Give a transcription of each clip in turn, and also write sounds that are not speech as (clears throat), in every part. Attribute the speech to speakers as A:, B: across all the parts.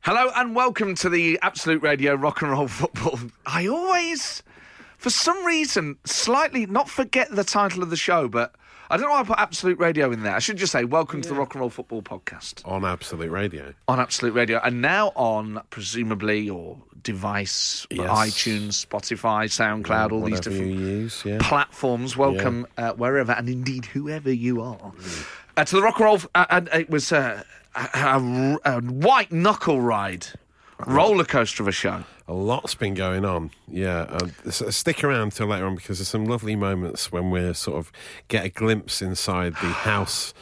A: Hello and welcome to the Absolute Radio Rock and Roll (laughs) Football. I always, for some reason, slightly not forget the title of the show, but I don't know why I put Absolute Radio in there. I should just say, Welcome to the Rock and Roll Football Podcast
B: on Absolute Radio.
A: on Absolute Radio and now on presumably your device,
B: Yes.
A: iTunes, Spotify, SoundCloud, all these
B: Whatever
A: different
B: you use, yeah.
A: platforms. Welcome uh, wherever and indeed whoever you are uh, to the rock and roll. Uh, and it was uh, a, a- a white knuckle ride, roller coaster of a show.
B: A lot's been going on. Yeah, uh, s- stick around till later on because there's some lovely moments when we sort of get a glimpse inside the house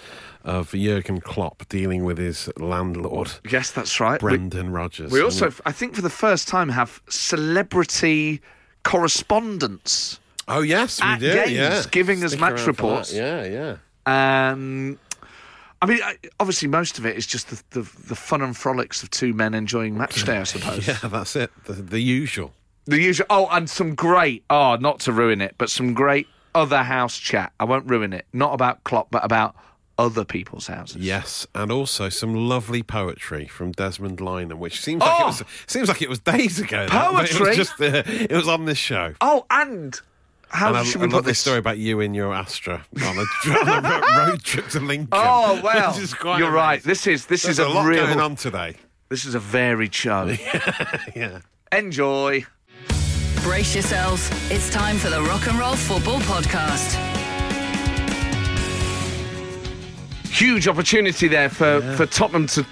B: of Jurgen Klopp dealing with his landlord,
A: Yes, that's right. We-
B: Brendan Rodgers.
A: we also, I think, for the first time, have celebrity correspondence.
B: oh yes, we
A: at
B: do.
A: games,
B: yeah,
A: giving us match
B: around for
A: reports.
B: that. Yeah, yeah.
A: Um, I mean, I, obviously, most of it is just the, the the fun and frolics of two men enjoying match day, I suppose.
B: Yeah, that's it. The, the usual.
A: The usual. Oh, and some great. Oh, not to ruin it, but some great other house chat. I won't ruin it. Not about Klopp, but about other people's houses.
B: Yes, and also some lovely poetry from Desmond Lynam, which seems like it was seems like it was days ago. that, but
A: Oh! Poetry?
B: it was just uh, it was on this show.
A: Oh, and how
B: And I,
A: should
B: I
A: we
B: love
A: put
B: this?
A: this?
B: story about you in your Astra on a, (laughs) on a ro- road trip to Lincoln.
A: Oh well,
B: (laughs) Which is
A: you're
B: quite
A: right.
B: amazing.
A: This is this
B: There's
A: is
B: a,
A: a,
B: lot
A: real.
B: going on today. (laughs)
A: This is a varied show.
B: Yeah.
A: Enjoy.
C: Brace yourselves. It's time for the Rock and Roll Football Podcast.
A: Huge opportunity there for for Tottenham to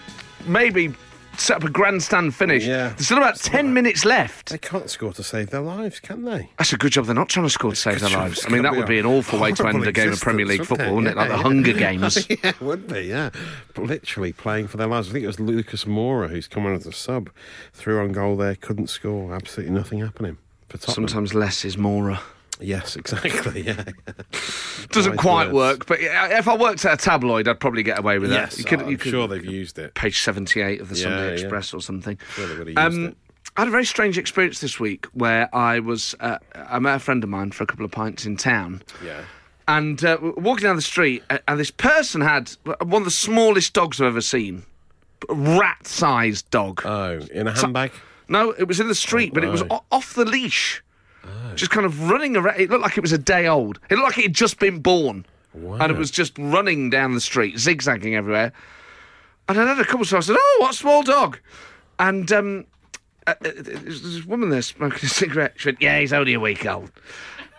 A: maybe set up a grandstand finish.
B: Yeah.
A: There's still about ten minutes left.
B: They can't score to save their lives, can they?
A: That's a good job they're not trying to score to save their
B: job.
A: lives.
B: It's
A: I mean,
B: gonna
A: that
B: be
A: would
B: a
A: be an awful way to
B: horrible
A: end a game of Premier League
B: existence,
A: football, wouldn't it?
B: wouldn't it?
A: Like the
B: Yeah, (laughs)
A: Hunger Games.
B: yeah, it would be, yeah. But literally playing for their lives. I think it was Lucas Mora who's come on as a sub, threw on goal there, couldn't score, absolutely nothing happening. For Tottenham.
A: Sometimes less is more.
B: Yes, (laughs) exactly, yeah.
A: Doesn't
B: Nice
A: quite
B: words.
A: work, but yeah, if I worked at a tabloid, I'd probably get away with
B: yes,
A: that. You could,
B: I'm
A: you could,
B: sure they've used it.
A: page seventy-eight of the
B: Yeah,
A: Sunday
B: yeah.
A: Express or something.
B: Sure they would've used
A: Um,
B: it.
A: I had a very strange experience this week where I was. Uh, I met a friend of mine for a couple of pints in town.
B: Yeah.
A: and uh, w- walking down the street, uh, and this person had one of the smallest dogs I've ever seen, rat sized dog.
B: Oh, in a handbag?
A: no, it was in the street, but it was
B: Oh.
A: o- off the leash. Just kind of running around. It looked like it was a day old. It looked like it had just been born. And it was just running down the street, zigzagging everywhere. And I had a couple of times, I said, Oh, what a small dog? And um, uh, uh, there's this woman there smoking a (laughs) cigarette. She went, Yeah, he's only a week old.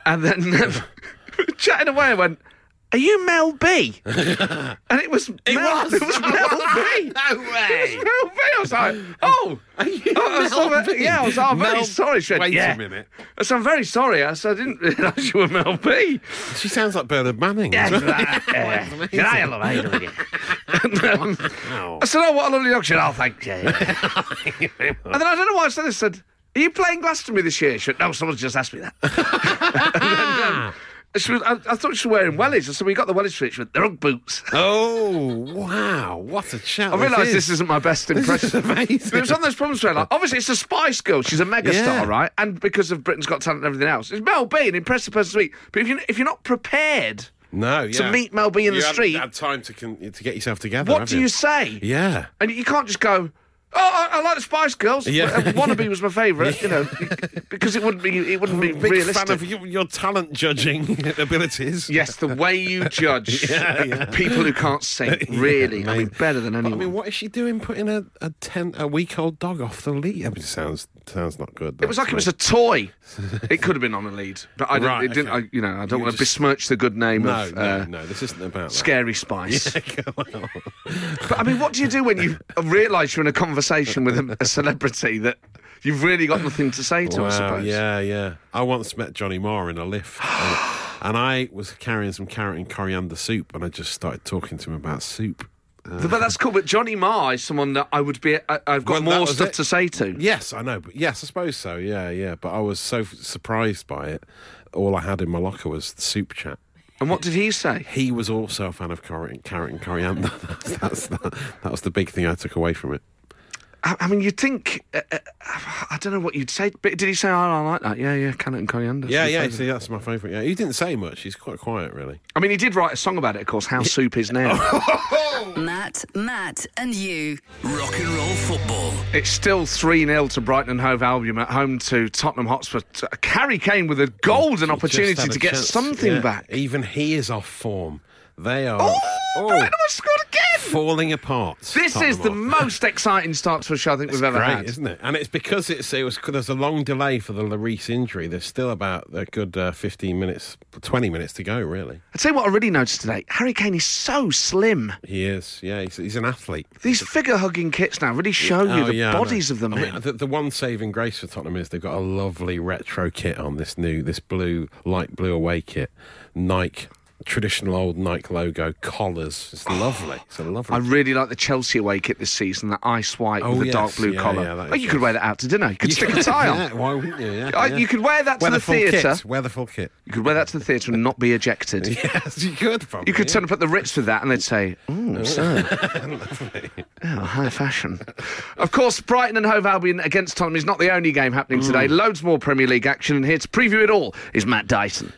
A: And then
B: (laughs)
A: um, (laughs) chatting away, I went, Are you Mel
B: (laughs)
A: B? and it was Mel,
B: was.
A: It was Mel B.
B: (laughs) No way.
A: It was Mel B. I was like, Oh, I was
B: Mel
A: like,
B: B?
A: Yeah, I was like, I'm very
B: Mel-
A: sorry. She went,
B: Wait a
A: yeah.
B: minute.
A: I said, I'm very sorry. I said, I didn't realise you were Mel B.
B: She sounds like Bernard Manning. as well.
A: (laughs) Yeah, I love how you do it. And, um, I said, oh, what a lovely dog. She said, oh,
B: (laughs)
A: thank you. and then I don't know why I said this. I said, are you playing Glastonbury this year? She went, no, someone's just asked me that. (laughs) and then, um, she was, I, I thought she was wearing wellies. I said, we got the wellies for it. She went, they're Ugg boots.
B: (laughs) Oh, wow. What a chat.
A: I realise this isn't my best impression.
B: is (laughs) amazing.
A: But it was one of those problems where, like, obviously, it's a Spice Girl. She's a megastar,
B: Yeah.
A: right? And because of Britain's Got Talent and everything else, it's Mel B, an impressive person to meet. But if you're, if you're not prepared,
B: No, yeah.
A: meet Mel B in
B: You
A: the
B: haven't
A: street.
B: had time to, con- to get yourself together.
A: what
B: have
A: do you say?
B: Yeah.
A: And you can't just go, oh, I, I like the Spice Girls.
B: Yeah.
A: Uh, Wannabe was my favourite, you
B: (laughs)
A: know, because it wouldn't be it wouldn't be
B: Big
A: realistic.
B: fan of your, your talent judging (laughs) abilities.
A: yes, the way
B: (laughs)
A: you judge
B: Yeah, yeah.
A: people who can't
B: (laughs)
A: sing, really. I mean, better than
B: But, I
A: anyone.
B: mean, what is she doing putting a, a ten a week old dog off the lead? I mean, it sounds sounds not good.
A: it was like it was a toy. It could have been on a lead, but I didn't.
B: Right,
A: it didn't
B: okay.
A: I, you know, I don't
B: You
A: want to
B: just-
A: besmirch the good name
B: no,
A: of
B: no,
A: uh,
B: no. This isn't about that. (laughs)
A: Scary Spice. but I mean, what do you do when you (laughs) realise you're in a conversation with a, a celebrity that you've really got nothing to say to? I
B: Wow,
A: suppose.
B: yeah, yeah. I once met Johnny Moore in a lift,
A: (gasps)
B: and, and I was carrying some carrot and coriander soup, and I just started talking to him about soup.
A: Th- But that's cool. But Johnny Marr is someone that I would be. I, I've got
B: Well, that
A: more
B: was
A: stuff
B: it.
A: to say to.
B: Yes, I know, but yes, I suppose so. Yeah, yeah. But I was so f- surprised by it. All I had in my locker was the soup chat.
A: And what did he say?
B: He was also a (laughs) fan of carrot, carrot and coriander. that's, that's the, that was the big thing I took away from it.
A: I, I mean, you'd think, uh, uh, I don't know what you'd say, but did he say, oh, I like that? Yeah, yeah, Cannon and Coriander.
B: Yeah,
A: His
B: yeah.
A: favourite.
B: See, that's my favourite. Yeah, he didn't say much. He's quite quiet, really.
A: I mean, he did write a song about it, of course, How Soup Is
B: (laughs)
A: Now.
C: Matt, Matt, and you.
D: Rock and roll football.
A: it's still 3 0 to Brighton and Hove Albion at home to Tottenham Hotspur. T- Carrie Kane with a golden
B: Just
A: opportunity
B: had a
A: to get
B: chance.
A: something
B: Yeah.
A: back.
B: Even he is off form. They are
A: Oh,
B: oh,
A: Brighton have scored again!
B: falling apart.
A: This is the
B: Tottenham are.
A: most exciting start to a show I think we've ever
B: Great,
A: had.
B: isn't it? And it's because it's it was there's a long delay for the Lloris injury. There's still about a good uh, 15 minutes, 20 minutes to go, really.
A: I'd say what I really noticed today Harry Kane is so slim.
B: He is, yeah. He's, he's an athlete.
A: These figure hugging kits now really show you
B: Oh,
A: the
B: yeah, I know.
A: bodies of the
B: I mean,
A: men.
B: the, the one saving grace for Tottenham is they've got a lovely retro kit on this new, this blue, light blue away kit, Nike. Traditional old Nike logo collars. It's lovely. It's a lovely.
A: I really like the Chelsea away kit this season, that ice white
B: Oh,
A: with the
B: yes.
A: dark blue
B: Yeah,
A: collar.
B: yeah, that
A: oh,
B: is
A: you could
B: nice.
A: wear that out to dinner. You could
B: You (laughs)
A: stick a
B: could-
A: tie on.
B: Yeah, why wouldn't you? Yeah,
A: Uh,
B: yeah.
A: you could wear that to the
B: Weatherful kit,
A: theatre.
B: Weatherful kit.
A: You could wear that to the theatre and not be
B: (laughs)
A: ejected.
B: Yes, you could. Probably,
A: You could
B: yeah.
A: turn up at the Ritz with that and they'd say, (laughs) Ooh, sir. oh, high fashion. Of course, Brighton and Hove Albion against Tottenham is not the only game happening today. Loads more Premier League action, and here to preview it all is Matt Dyson.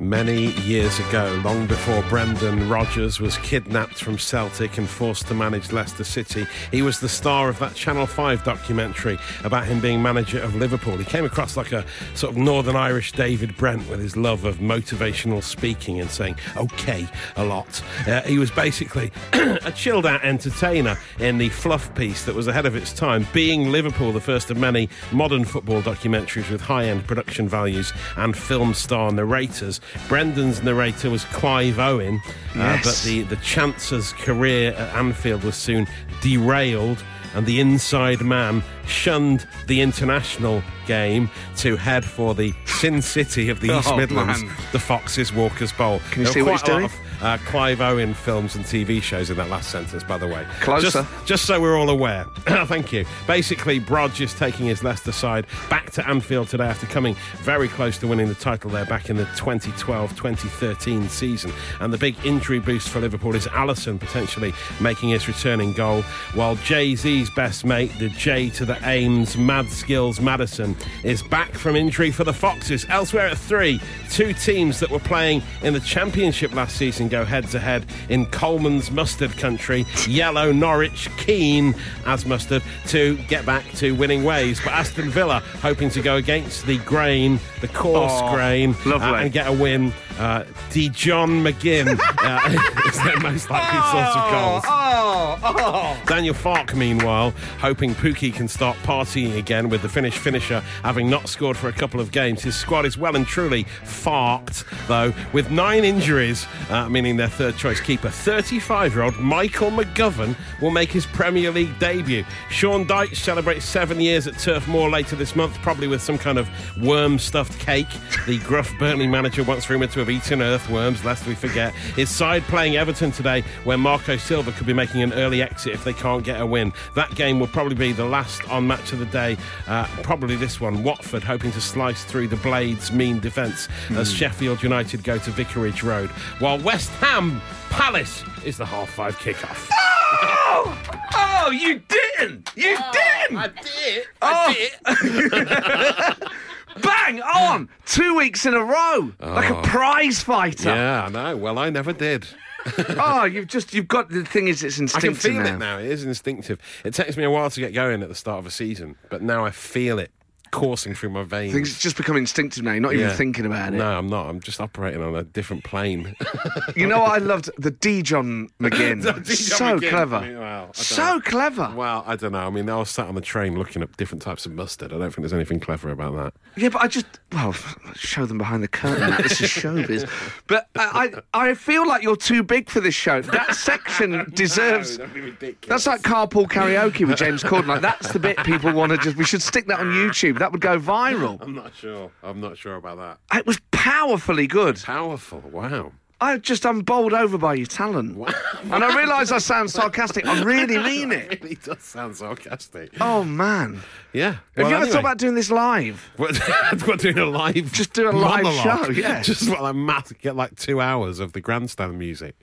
B: Many years ago, long before Brendan Rodgers was kidnapped from Celtic and forced to manage Leicester City, he was the star of that Channel 5 documentary about him being manager of Liverpool. He came across like a sort of Northern Irish David Brent with his love of motivational speaking and saying okay a lot. Uh, he was basically (clears throat) a chilled out entertainer in the fluff piece that was ahead of its time, being Liverpool, the first of many modern football documentaries with high end production values and film star narrators. Brendan's narrator was Clive Owen, uh,
A: Yes.
B: but the, the Chancer's career at Anfield was soon derailed. And the inside man shunned the international game to head for the Sin City of the East
A: Oh,
B: Midlands,
A: man.
B: the Foxes Walkers Bowl.
A: Can you
B: There
A: see
B: were
A: what he's
B: quite a lot
A: doing?
B: of uh, Clive Owen films and TV shows in that last sentence, by the way.
A: Closer.
B: Just, just so we're all aware. (coughs) Thank you. Basically, Brodge is taking his Leicester side back to Anfield today after coming very close to winning the title there back in the 2012 2013 season. And the big injury boost for Liverpool is Allison potentially making his returning goal, while Jay Z's best mate, the J to the Ames, Mad Skills Madison, is back from injury for the Foxes. Elsewhere at three, two teams that were playing in the Championship last season go head to head in Coleman's Mustard Country, Yellow Norwich keen as mustard to get back to winning ways. But Aston Villa hoping to go against the grain, the coarse
A: Oh,
B: grain, uh,
A: lovely.
B: and get a win. Uh, D. John McGinn uh, (laughs) is their most likely source of goals.
A: Oh, oh.
B: Daniel Fark, meanwhile, hoping Pookie can start partying again with the Finnish finisher, having not scored for a couple of games. His squad is well and truly farked, though, with nine injuries, uh, meaning their third choice keeper. 35 year old Michael McGovern will make his Premier League debut. Sean Dyche celebrates seven years at Turf Moor later this month, probably with some kind of worm stuffed cake. The gruff Burnley manager, once rumoured to have eaten earthworms, lest we forget. His side playing Everton today, where Marco Silva could be making an early exit if they can't get a win. That game will probably be the last on match of the day. Uh, probably this one. Watford hoping to slice through the Blades' mean defence as Sheffield United go to Vicarage Road, while West Ham Palace is the half five kickoff.
A: Oh, you didn't! You didn't! I did! oh. (laughs) Bang on! Two weeks in a row, like a prize fighter.
B: Yeah, I know. Well, I never did.
A: (laughs) Oh, you've just you've got the thing is it's
B: I can
A: instinctive
B: feel it now. It is instinctive. It takes me a while to get going at the start of a season, but now I feel it coursing through my veins.
A: Things it's just become instinctive now. You're not
B: Yeah.
A: even thinking about it.
B: No, I'm not. I'm just operating on a different plane. (laughs)
A: You know what I loved? The D. John McGinn.
B: The D. John
A: so
B: McGinn.
A: clever.
B: I mean, wow, I don't
A: so
B: know.
A: clever.
B: well, I don't know. I mean, I was sat on the train looking up different types of mustard. I don't think there's anything clever about that.
A: Yeah, but I just well show them behind the curtain. Matt. This is showbiz. But I, I I feel like you're too big for this show. That
B: (laughs)
A: section deserves.
B: don't be ridiculous.
A: That's like carpool karaoke with James Corden. Like that's the bit people want to just. We should stick that on YouTube. That would go viral.
B: I'm not sure. I'm not sure about that.
A: It was powerfully good.
B: Powerful. Wow.
A: I just am bowled over by your talent. And I realise I sound sarcastic. I really mean it.
B: (laughs) It really does sound sarcastic.
A: Oh man!
B: Yeah.
A: Have
B: Well,
A: you ever
B: anyway.
A: thought about doing this live?
B: (laughs) What, what, doing a live,
A: Just do a live
B: monologue?
A: show, yeah.
B: (laughs) Just what like mad, get like two hours of the grandstand music.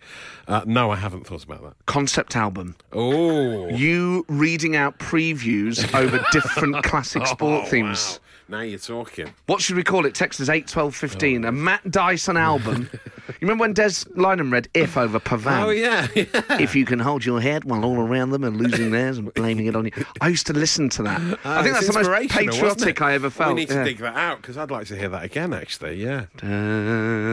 B: Uh, no, I haven't thought about that.
A: Concept album.
B: Oh,
A: You reading out
B: (laughs)
A: previews over different
B: Oh,
A: classic sport themes.
B: Now you're talking.
A: What should we call it? Text us 8, 12, 15. A Matt Dyson
B: (laughs)
A: album. you remember when Des Lynam read If over Pavan?
B: Oh yeah, (laughs) yeah.
A: If you can hold your head while all around them are losing theirs and blaming it on you. I used to listen to
B: (laughs)
A: that. I think
B: Ah, It's
A: that's the most
B: inspirational, wasn't it?
A: patriotic I ever felt.
B: We need to
A: yeah.
B: dig that out because I'd like to hear that again. Actually, yeah.
A: Da,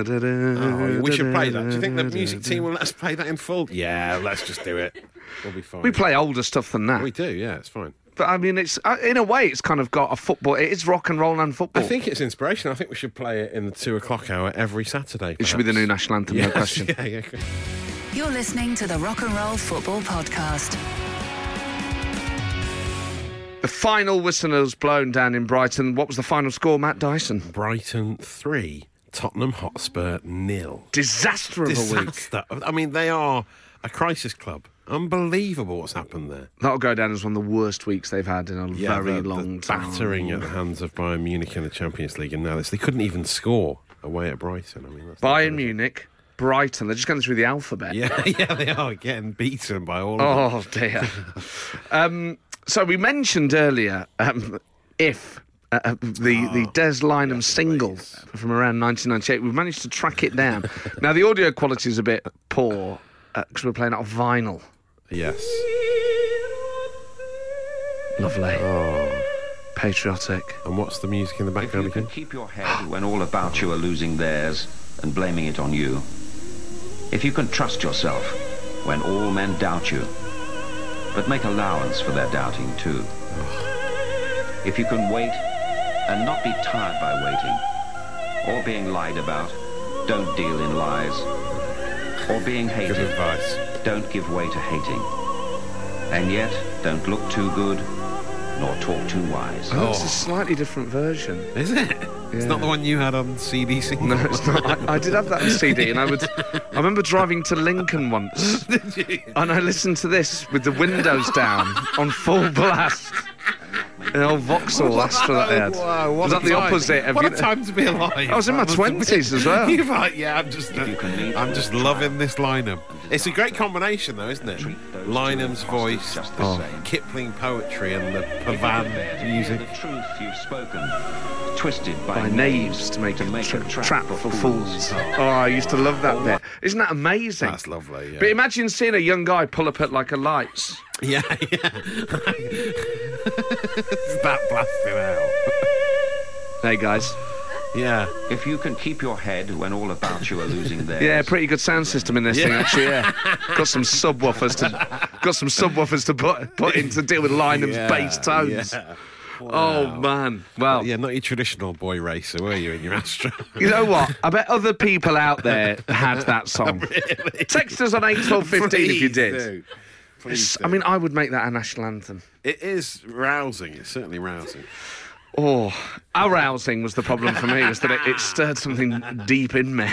A: da, da,
B: Oh, we
A: da,
B: should play that. Do you think the
A: da, da,
B: music team will let us play that in full? Yeah, let's just do it. We'll be fine.
A: We play older stuff than that.
B: We do. Yeah, it's fine.
A: But I mean, it's uh, in a way, it's kind of got a football. It is rock and roll and football.
B: I think it's inspirational. I think we should play it in the two o'clock hour every Saturday.
A: it should be the new national anthem.
B: Yes, (laughs)
A: No question.
B: Yeah, yeah.
C: You're listening to the Rock and Roll Football Podcast.
A: The final whistle was blown down in Brighton. What was the final score, Matt Dyson?
B: Brighton three, Tottenham Hotspur nil.
A: Disaster of a week.
B: Disaster. I mean, they are a crisis club. Unbelievable what's happened there.
A: That'll go down as one of the worst weeks they've had in a very
B: the, the
A: long time.
B: battering at the hands of Bayern Munich in the Champions League, and now this, they couldn't even score away at Brighton. I mean, that's
A: Bayern Munich, Brighton. They're just going through the alphabet.
B: Yeah, (laughs) yeah, they are getting beaten by all. of
A: Oh
B: them.
A: dear.
B: (laughs)
A: um, so we mentioned earlier um, if. Uh, uh, the
B: Oh,
A: the Des Lynam single from around 1998. We've managed to track it down. now the audio quality is a bit poor because we're playing it off vinyl.
B: Yes.
A: Lovely, Oh, patriotic.
B: And what's the music in the
E: If
B: background
E: you can
B: again?
E: keep your head when all about you are losing theirs and blaming it on you. If you can trust yourself when all men doubt you, but make allowance for their doubting too. If you can wait and not be tired by waiting, or being lied about, don't deal in lies, or being
B: Good
E: hated,
B: advice.
E: don't give way to hating. And yet, don't look too good, nor talk too wise.
A: Oh, it's a slightly different version.
B: Is it? It's not the one you had on CD single.
A: (laughs) No, it's not. I, I did have that on CD, and I would. I remember driving to Lincoln (laughs) once, and I listened to this with the windows down on full blast. An old Vauxhall Astra that they had.
B: Wow, what
A: was
B: a
A: that the
B: time.
A: opposite of
B: What
A: you
B: a time to be alive!
A: I was in my
B: That must have
A: 20s
B: been-
A: as well.
B: (laughs) You're like, yeah, I'm just,
E: If you can lead
B: I'm
E: them
B: just
E: to
B: loving
E: triumph.
B: this Lynham. It's a great combination, though, isn't it?
E: Treat those
B: Lynham's
E: two impostors
B: voice,
E: just
B: the
E: the
A: Oh.
E: same.
B: Kipling poetry, and the
E: Prepared to
B: Pavan
E: hear
B: music.
E: The truth you've spoken, twisted by,
A: By knaves to make, a, tra- trap, for fools. Oh, I used to love that bit. Isn't that amazing?
B: That's lovely. Yeah,
A: But imagine seeing a young guy pull up at like a lights.
B: (laughs) yeah,
A: (laughs)
B: yeah. It's that blasted out.
A: Hey guys.
B: Yeah.
E: If you can keep your head when all about you
A: (laughs)
E: are losing theirs.
A: Yeah, pretty good sound system in this thing actually. Yeah, got some subwoofers to got some subwoofers to put put in to deal with Lynam's
B: yeah,
A: bass tones.
B: yeah.
A: Oh man, well,
B: Yeah, not your traditional boy racer, were you, in your Astra?
A: you know what? I bet other people out there had
B: (laughs)
A: that song. Text us on eight twelve (laughs) fifteen if you
B: Please
A: did.
B: do. Please
A: I
B: do.
A: mean, I would make that a national anthem.
B: It is rousing. It's certainly rousing.
A: Oh, arousing was the problem for me, was that it, it stirred something deep in
B: (laughs)
A: me.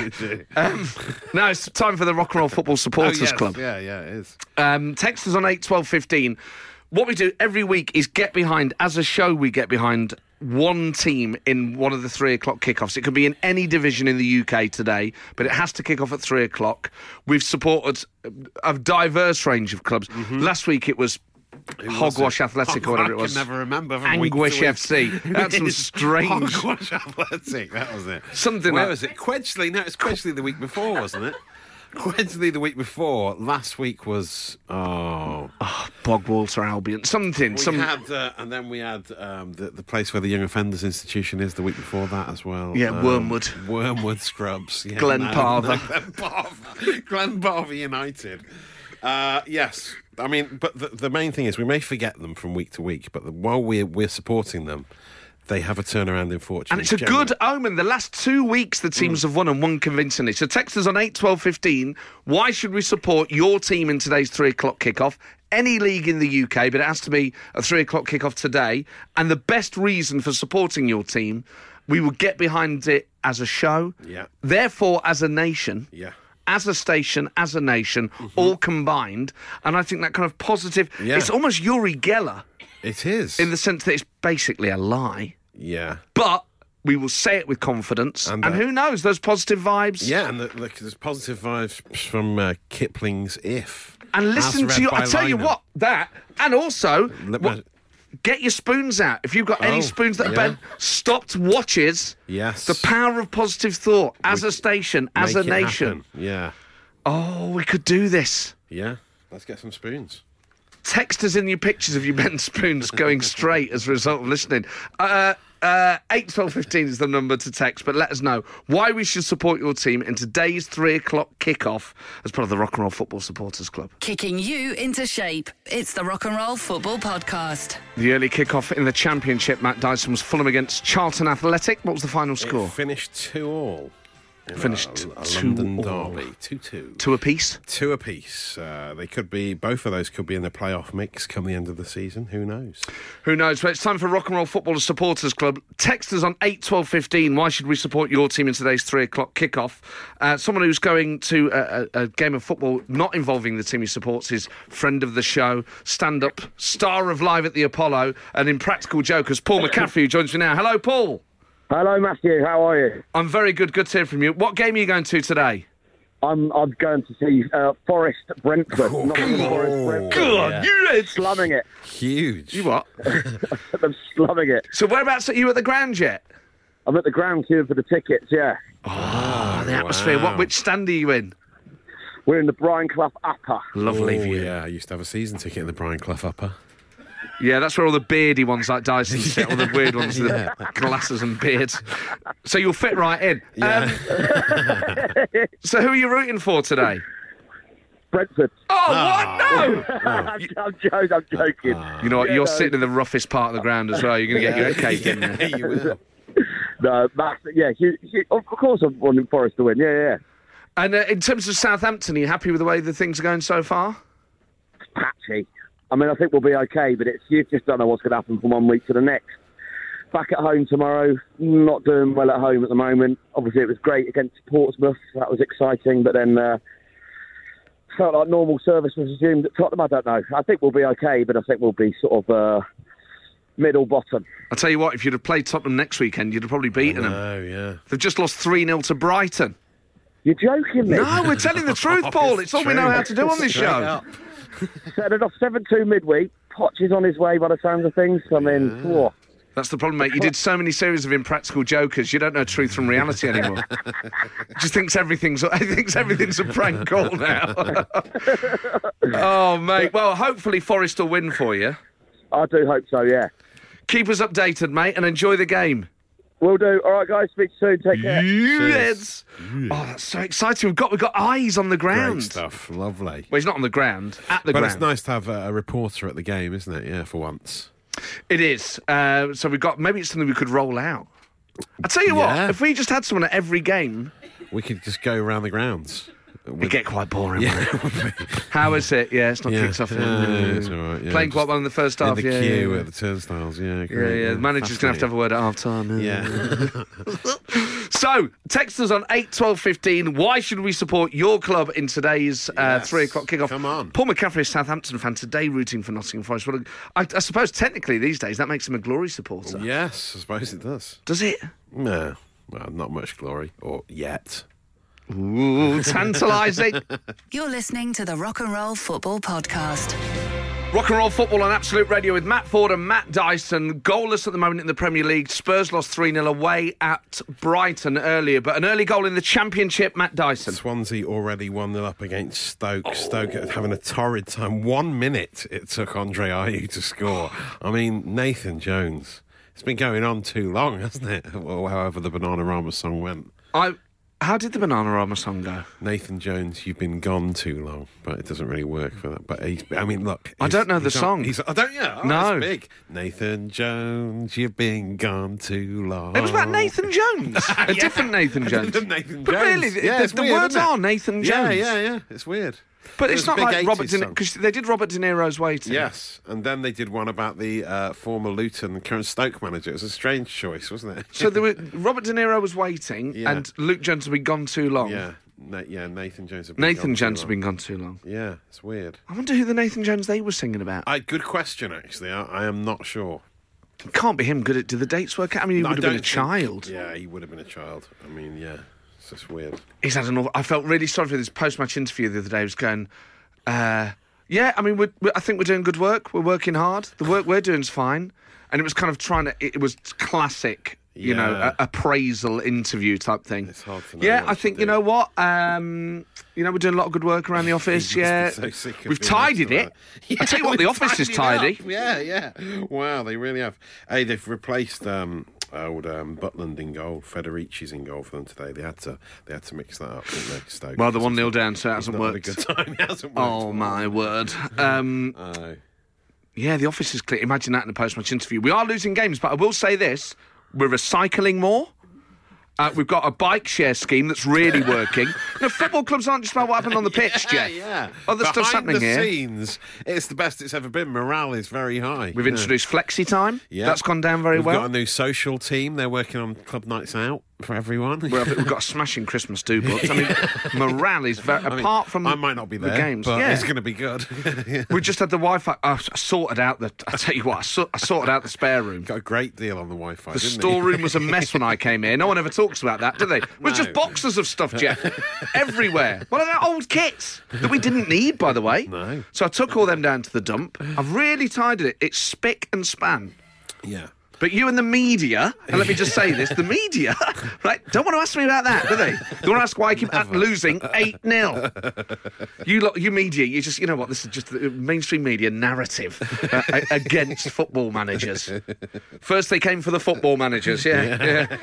A: Um, now it's time for the Rock and Roll Football Supporters
B: Oh, yes.
A: Club.
B: Yeah, yeah, it is.
A: Um, text us on 8 12 15. What we do every week is get behind, as a show, we get behind one team in one of the three o'clock kickoffs. It could be in any division in the UK today, but it has to kick off at three o'clock. We've supported a diverse range of clubs.
B: Mm-hmm.
A: Last week it was. Hogwash Athletic, or whatever it
B: I
A: was.
B: can never remember. From week to
A: Anguish
B: week.
A: FC.
B: (laughs)
A: That's some
B: It's
A: strange.
B: Hogwash Athletic. That was it.
A: Something
B: Where
A: like-
B: was it? Quedgley. No, it's Quedgley the week before, wasn't it? Quedgley the week before. Last week was oh,
A: Bogwalter Albion. Something.
B: we
A: some.
B: had uh, and then we had um, the, the place where the Young Offenders Institution is the week before that as well.
A: Yeah,
B: Um,
A: Wormwood.
B: Wormwood Scrubs. Yeah,
A: Glen Parva.
B: (laughs) Glen Parva. Glen Parva United. Uh, yes, I mean, but the, the main thing is we may forget them from week to week, but the, while we're we're supporting them, they have a turnaround in fortune.
A: And it's a
B: generally.
A: good omen. The last two weeks, the
B: Mm.
A: teams have won and won convincingly. So text us on 8 12 15. Why should we support your team in today's three o'clock kickoff? Any league in the UK, but it has to be a three o'clock kickoff today. And the best reason for supporting your team, we will get behind it as a show,
B: Yeah.
A: therefore as a nation.
B: Yeah. Mm-hmm.
A: as a station, as a nation, all combined. And I think that kind of positive,
B: Yeah.
A: it's almost Uri Geller
B: It is.
A: in the sense that it's basically a lie,
B: yeah.
A: but we will say it with confidence. And,
B: And, uh,
A: who knows, those positive vibes.
B: Yeah, and the, look, there's positive vibes from uh, Kipling's If.
A: And
B: as
A: listen
B: read
A: to you.
B: by
A: I tell you
B: Lionel.
A: what, that. And also,
B: Let
A: wha-
B: me-
A: get your spoons out. If you've got any
B: Oh,
A: spoons that are
B: yeah.
A: bent, stopped watches.
B: Yes.
A: The power of positive thought as a station, as a
B: Make it
A: nation.
B: happen. Yeah.
A: Oh, we could do this.
B: Yeah. Let's get some spoons.
A: Text us in your pictures (laughs) of your bent spoons going straight as a result of listening. Uh, uh, 8 12 15 is the number to text, but let us know why we should support your team in today's three o'clock kickoff as part of the Rock and Roll Football Supporters Club.
C: Kicking you into shape. It's the Rock and Roll Football Podcast.
A: The early kickoff in the championship, Matt Dyson was Fulham against Charlton Athletic. What was the final score?
B: It finished 2 all. in
A: Finished
B: a, a
A: 2
B: London
A: all.
B: derby. 2 2.
A: Two apiece.
B: Two apiece. Uh, they could be, both of those could be in the playoff mix come the end of the season. Who knows?
A: Who knows? But it's time for Rock and Roll Footballers Supporters Club. Text us on eight twelve fifteen. Why should we support your team in today's three o'clock kickoff? Uh, someone who's going to a, a, a game of football not involving the team he supports is friend of the show, stand up, star of Live at the Apollo, and Impractical Jokers, Paul McCaffrey, who joins me now. Hello, Paul.
F: Hello, Matthew. How are you?
A: I'm very good. Good to hear from you. What game are you going to today?
F: I'm I'm going to see uh, Forest Brentford. Nottingham Forest Brentford.
A: Good. You it's
F: Slumming it.
B: Huge.
A: You what?
F: They're slumming it.
A: So whereabouts are you at the ground yet?
F: I'm at the ground queuing for the tickets. Yeah,
A: Oh, the atmosphere. What?
B: wow.
A: Which stand are you in?
F: we're in the Brian Clough upper.
A: Lovely
B: Oh,
A: view.
B: Yeah, I used to have a season ticket in the Brian Clough upper.
A: (laughs) Yeah, that's where all the beardy ones like (laughs) Dyson sit, all the weird ones with the glasses and beards. So you'll fit right in. Um, (laughs) so who are you rooting for today?
F: Brentford. (laughs)
A: Oh, what? No!
F: I'm, I'm, joking, I'm joking.
A: You know what?
F: Yeah,
A: You're
F: no.
A: sitting in the roughest part of the ground as well. You're going to get your head caved in (laughs) there.
B: you will.
F: No, that's, yeah, you, you, of course I'm wanting Forest to win. Yeah, yeah.
A: And uh, in terms of Southampton, are you happy with the way the things are going so far?
F: patchy. I mean, I think we'll be okay, but it's you just don't know what's going to happen from one week to the next. Back at home tomorrow, not doing well at home at the moment. Obviously, it was great against Portsmouth. That was exciting, but then uh, felt like normal service was resumed at Tottenham. I don't know. I think we'll be okay, but I think we'll be sort of uh, middle bottom.
A: I'll tell you what, if you'd have played Tottenham next weekend, you'd have probably beaten them.
B: (laughs) Oh, yeah.
A: They've just lost 3 0 to Brighton.
F: You're joking me?
A: No, we're telling the (laughs) truth, Paul. It's all we know how to do on this
B: Straight
A: show.
B: up.
F: Started off 7 2 midweek. Potch is on his way by the sounds of things. I mean, whoa.
A: That's the problem, mate. You did so many series of impractical jokers, you don't know truth from reality anymore.
B: (laughs)
A: Just thinks everything's (laughs) thinks everything's a
B: (laughs)
A: prank call now. oh, mate. Well, hopefully Forest will win for you.
F: I do hope so, yeah.
A: Keep us updated, mate, and enjoy the game.
F: Will do. All right, guys. Speak soon. Take care.
A: Yes. Oh, that's so exciting. We've got we've got eyes on the
B: Great
A: ground. Well,
B: stuff. Lovely.
A: he's not on the ground, at the
B: But
A: ground.
B: it's nice to have a, a reporter at the game, isn't it? Yeah, for once.
A: It is. Uh, so we've got maybe it's something we could roll out. I tell you
B: Yeah.
A: what, if we just had someone at every game,
B: We could just go around the grounds.
A: it'd
B: With,
A: get quite boring. wouldn't it?
B: yeah, (laughs)
A: How is it? Yeah, it's not
B: Yeah.
A: kicked off. yet.
B: Yeah, yeah, it's all right, yeah.
A: Playing quite
B: Just
A: well in the first
B: in
A: half.
B: the
A: yeah,
B: queue
A: yeah,
B: at the turnstiles. Yeah,
A: yeah. yeah,
B: great,
A: yeah. The manager's going to have to have a word at half time. (laughs)
B: Fascinating. Yeah. (laughs)
A: So, text us on 8 12 15. Why should we support your club in today's uh,
B: Yes.
A: 3 o'clock kickoff?
B: Come on.
A: Paul McCaffrey is Southampton fan today, rooting for Nottingham Forest. Well, I, I suppose technically these days that makes him a glory
B: Oh,
A: supporter.
B: yes, I suppose it does.
A: Does it?
B: No, well, not much glory, or yet.
A: Ooh,
B: (laughs)
A: tantalising.
C: You're listening to the Rock and Roll Football Podcast.
A: Rock and roll football on Absolute Radio with Matt Ford and Matt Dyson. Goalless at the moment in the Premier League. Spurs lost 3 0 away at Brighton earlier, but an early goal in the Championship, Matt Dyson.
B: Swansea already 1 0 up against Stoke. Stoke having a torrid time. One minute it took Andre Ayew to score. I mean, Nathan Jones. It's been going on too long, hasn't it? Or however the Banana Rama song went.
A: I, how did the Banana Rama song go?
B: Nathan Jones, you've been gone too long, but it doesn't really work for that. But he's, I mean, look.
A: I
B: he's-
A: don't know the
B: he's on-
A: song.
B: He's, I don't, yeah. Oh,
A: No.
B: It's big. Nathan Jones, you've been gone too long.
A: It was about Nathan Jones.
B: (laughs)
A: A different Nathan Jones.
B: Nathan Jones.
A: But really, the,
B: Yeah,
A: the-
B: it's
A: the
B: weird,
A: words
B: isn't it?
A: are Nathan
B: Yeah,
A: Jones.
B: yeah, yeah. It's weird.
A: But
B: It
A: it's
B: was a
A: not like
B: big
A: Robert
B: 80s
A: De Niro,
B: song.
A: because they did Robert De Niro's Waiting.
B: Yes, and then they did one about the uh, former Luton and current Stoke manager. It was a strange choice, wasn't it?
A: So there were, Robert De Niro was waiting,
B: Yeah.
A: and Luke Jones had been gone too long.
B: (laughs) yeah, Na- yeah, Nathan Jones. Have been
A: Nathan
B: gone too
A: Jones has
B: long.
A: been gone too long.
B: Yeah, it's weird.
A: I wonder who the Nathan Jones they were singing about.
B: I, good question, actually. I, I am not sure.
A: It can't be him. Good at do the dates work out? I mean, he
B: No, I
A: would have been a
B: don't think-
A: child.
B: Yeah, he would have been a child. I mean, yeah, it's just weird.
A: He's had an awful. I felt really sorry for this post-match interview the other day. I was going, uh, yeah, I mean, we're, we I think we're doing good work. We're working hard. The work we're doing is fine. And it was kind of trying to. It, it was classic, you know,
B: Yeah.
A: a, appraisal interview type thing.
B: It's hard to know
A: Yeah,
B: what
A: I
B: to
A: think
B: do.
A: you know what. Um, you know, we're doing a lot of good work around the office.
B: (laughs) He must be
A: yeah,
B: so sick of
A: we've
B: being asked
A: tidied (laughs)
B: about
A: it. I tell you what, the
B: we've
A: office is
B: tidied
A: tidy.
B: it up. Yeah, yeah. Wow, they really have. Hey, they've replaced um, old um, Butland in goal. Federici's in goal for them today. They had to. They had to mix that up. Didn't they, Stoke?
A: Well, the one
B: It's
A: 0 down, so it
B: not
A: hasn't
B: had a
A: worked.
B: good time. (laughs) It hasn't worked.
A: Oh my word.
B: (laughs)
A: Um,
B: No.
A: Yeah, the office is clear. Imagine that in a post-match interview. We are losing games, but I will say this: we're recycling more. Uh, we've got a bike share scheme that's
B: (laughs)
A: really working. no, football clubs aren't just about what happened on the pitch,
B: Yeah,
A: Jeff. Oh,
B: yeah.
A: Other
B: Behind
A: stuff's happening
B: the
A: here.
B: scenes, it's the best it's ever been. Morale is very high.
A: We've
B: Yeah.
A: introduced flexi time.
B: Yeah.
A: That's gone down very
B: We've
A: well.
B: got a new social team. They're working on club nights out for everyone.
A: We're up- We've got a smashing Christmas do booked. I mean, morale is very.
B: (laughs) I mean,
A: apart from
B: I might not be there,
A: the games,
B: but
A: yeah.
B: it's going to be good. (laughs)
A: we just had the Wi-Fi. I s- I sorted out the. I tell you what, I, sor- I sorted out the spare room.
B: Got a great deal on the Wi-Fi.
A: The
B: didn't he? (laughs)
A: storeroom was a mess when I came here. No one ever talks about that, do they? It was just
B: No.
A: boxes of stuff,
B: (laughs)
A: Jeff, everywhere. One of our old kits that we didn't need, by the way.
B: No.
A: So I took all them down to the dump. I've really tidied it. It's spick and span.
B: yeah.
A: But you and the media, and let me just say
B: (laughs)
A: this, the media, right, don't want to ask me about that, do they? They want to ask why I keep at losing 8
B: (laughs)
A: 0. You lot, you media, you just, you know what, this is just the uh, mainstream media narrative uh, a- against football managers. First, they came for the football managers, yeah. yeah,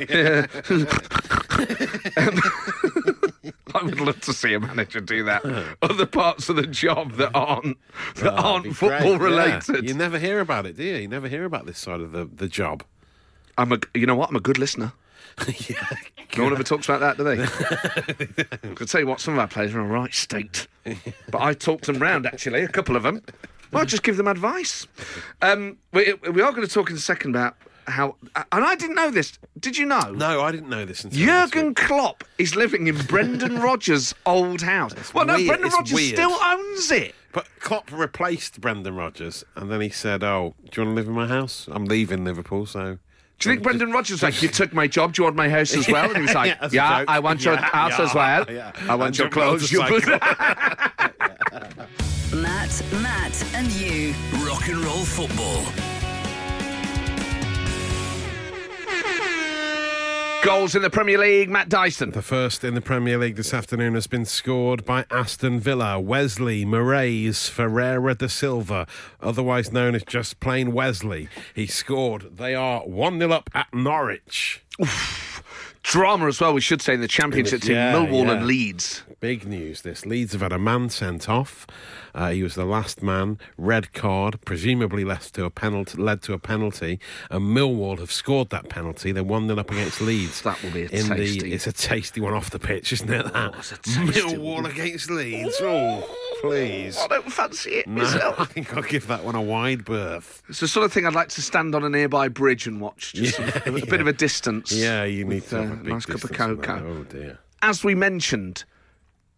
A: (laughs) yeah.
B: (laughs)
A: Um, I would love to see a manager do
B: (laughs)
A: that. Other parts of the job that aren't that
B: Oh, That'd be (laughs)
A: aren't football
B: great, yeah.
A: related.
B: You never hear about it, do you? You never hear about this side of the, the job.
A: I'm a, you know what? I'm a good
B: (laughs)
A: listener. No one ever talks about that, do they? I
B: (laughs)
A: could tell you what, some of our players are in a right state. But I talked them round, actually, a couple of them. Well, just give them advice. Um, we, we are going to talk in a second about how. And I didn't know this. Did you know?
B: No, I didn't know this until this
A: Jurgen
B: week.
A: Klopp is living in Brendan Rodgers' old house. well, no,
B: weird.
A: Brendan
B: It's
A: Rodgers
B: weird.
A: still owns it.
B: But Klopp replaced Brendan Rodgers, and then he said, "Oh, do you want to live in my house? I'm leaving Liverpool, so."
A: Do you think Brendan Rodgers was like, you took my job, do you want my house as well? And
B: (laughs)
A: he was like,
B: as a
A: yeah,
B: joke.
A: I want your
B: Yeah,
A: house
B: yeah,
A: as well.
B: yeah.
A: I want
B: And
A: your
B: your
A: clothes. Your (laughs)
B: motorcycle."
C: Matt, Matt, and you.
D: Rock and roll football.
A: Goals in the Premier League, Matt Dyson.
B: The first in the Premier League this afternoon has been scored by Aston Villa. Wesley Moraes Ferreira da Silva, otherwise known as just plain Wesley, he scored. They are 1 0 up at Norwich.
A: Drama as well, we should say, in the championship team,
B: Yeah,
A: Millwall
B: yeah.
A: and Leeds.
B: Big news this. Leeds have had a man sent off. Uh, he was the last man, red card, presumably led to a penalty, led to a penalty, and Millwall have scored that penalty. They're 1 0 up against Leeds.
A: That will be a
B: in the-
A: tasty- Oh,
B: it's a tasty one off the pitch, isn't it? That?
A: it's a tasty
B: Millwall against Leeds. Oh, please.
A: I don't fancy it
B: No,
A: myself.
B: (laughs) I think I'll give that one a wide berth.
A: It's the sort of thing I'd like to stand on a nearby bridge and watch, just a,
B: (laughs)
A: a bit of a distance.
B: Yeah, you need to
A: uh,
B: have a big
A: nice cup of
B: distance from that.
A: cocoa.
B: Oh dear. (laughs)
A: As we mentioned,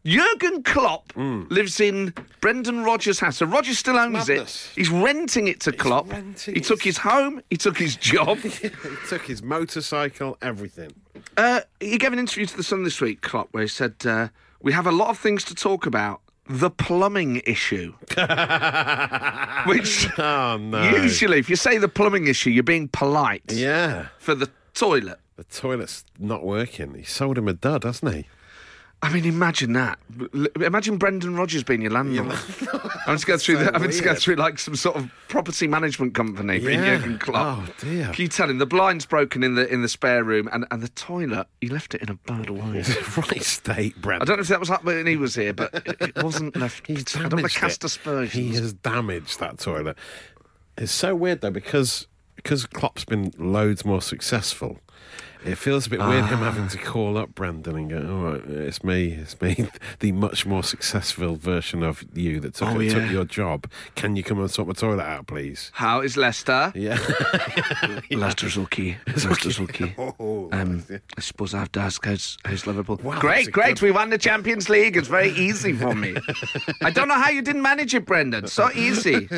A: Jurgen Klopp
B: Mm.
A: lives in Brendan Rodgers' house. So Rodgers still owns
B: madness.
A: it. He's renting it to Klopp.
B: renting
A: He
B: it.
A: took his home, he took his
B: (laughs)
A: job.
B: He took his motorcycle, everything.
A: Uh, he gave an interview to The Sun this week, Klopp, where he said, uh, We have a lot of things to talk about. The plumbing
B: (laughs)
A: issue. Which,
B: Oh no.
A: usually, if you say the plumbing issue, you're being polite
B: Yeah.
A: for the toilet.
B: The toilet's not working. He sold him a dud, hasn't he? (laughs)
A: I mean, imagine that. L- Imagine Brendan Rodgers being your landlord. (laughs) I'm just going through.
B: (laughs) so
A: the, I'm just going
B: weird.
A: through like some sort of property management company. being
B: Yeah.
A: Jurgen Klopp.
B: Oh, dear.
A: Can you tell him the blind's broken in the in the spare room and, and the toilet? He left it in a bad
B: Oh,
A: way.
B: right state, Brad.
A: I don't know if that was happening when he was here, but it- it
B: (laughs)
A: wasn't left.
B: He's
A: I
B: damaged
A: don't want to cast
B: it. He
A: aspersions.
B: has damaged that toilet. It's so weird though because because Klopp's been loads more successful. It feels a bit weird
A: Ah.
B: him having to call up Brandon and go, "All right, it's me, it's me, (laughs) the much more successful version of you that took,
A: Oh,
B: that
A: yeah.
B: took your job. Can you come and sort my toilet out, please?"
A: How is Leicester?
B: Yeah, (laughs) (laughs)
A: Leicester's okay. Leicester's okay. Uh, um, I suppose after ask how's, how's Liverpool.
B: Oh, Wow, that's
A: great,
B: a
A: great.
B: good-
A: We won the Champions League. It's very easy for me. I don't know how you didn't manage it, Brendan. So
B: (laughs)
A: easy.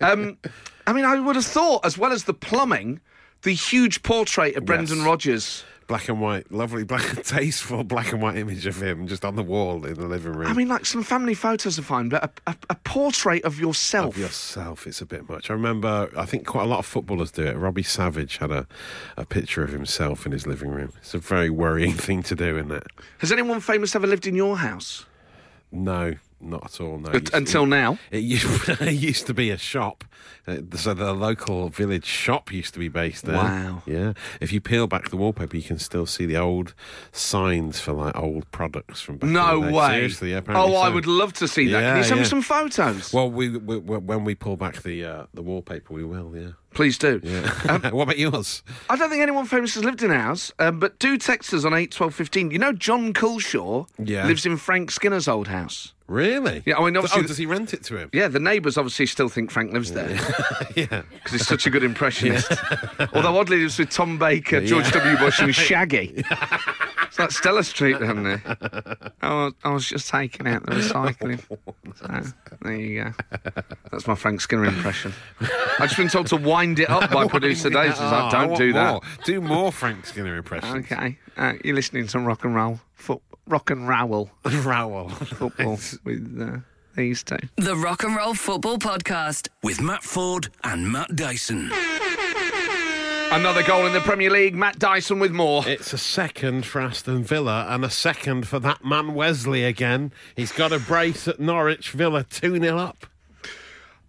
A: Um, I mean, I would have thought, as well as the plumbing, the huge portrait of Brendan
B: Yes.
A: Rodgers.
B: Black and (laughs) white, lovely, black, tasteful black and white image of him just on the wall in the living room.
A: I mean, like some family photos are fine, but a, a, a portrait of yourself.
B: of yourself it's a bit much. I remember, I think quite a lot of footballers do it. Robbie Savage had a, a picture of himself in his living room. It's a very worrying (laughs) thing to do, isn't it?
A: Has anyone famous ever lived in your house?
B: No, not at all. No.
A: Ut- until now?
B: It used, (laughs) it used to be a shop. Uh, so the local village shop used to be based there.
A: Wow.
B: Yeah. If you peel back the wallpaper, you can still see the old signs for like old products from back in
A: No
B: the day.
A: way.
B: Seriously, yeah,
A: oh,
B: apparently.
A: I
B: so.
A: would love to see that. Can
B: Yeah,
A: you send me
B: yeah.
A: some photos?
B: Well, we, we, we- when we pull back the uh, the wallpaper, we will. Yeah.
A: Please do. (laughs)
B: what about yours?
A: I don't think anyone famous has lived in ours, um, but do text us on eight twelve fifteen. You know, John Culshaw
B: Yeah.
A: lives in Frank Skinner's old house.
B: Really?
A: Yeah, I mean, obviously-
B: Oh, does he rent it to him?
A: Yeah, the neighbours obviously still think Frank lives there. Because (laughs) he's such a good impressionist. Although oddly, he was with Tom Baker, George W. Bush, and Shaggy. it's like Stella Street down there. I was, I was just taking out the recycling. So, there you go. That's my Frank Skinner impression. I've just been told to wind it up by producer
B: Yeah.
A: Dave. Says,
B: Oh,
A: like, don't
B: want
A: do that.
B: more. Do more Frank Skinner impressions. (laughs)
A: Okay, uh, you're listening to rock and roll, foot, rock and roll
B: Rowell.
A: football with uh, these two.
C: The Rock and Roll Football Podcast.
D: With Matt Ford and Matt Dyson.
A: Another goal in the Premier League. Matt Dyson with more.
B: It's a second for Aston Villa and a second for that man Wesley again. He's got a brace at Norwich Villa 2 0 up.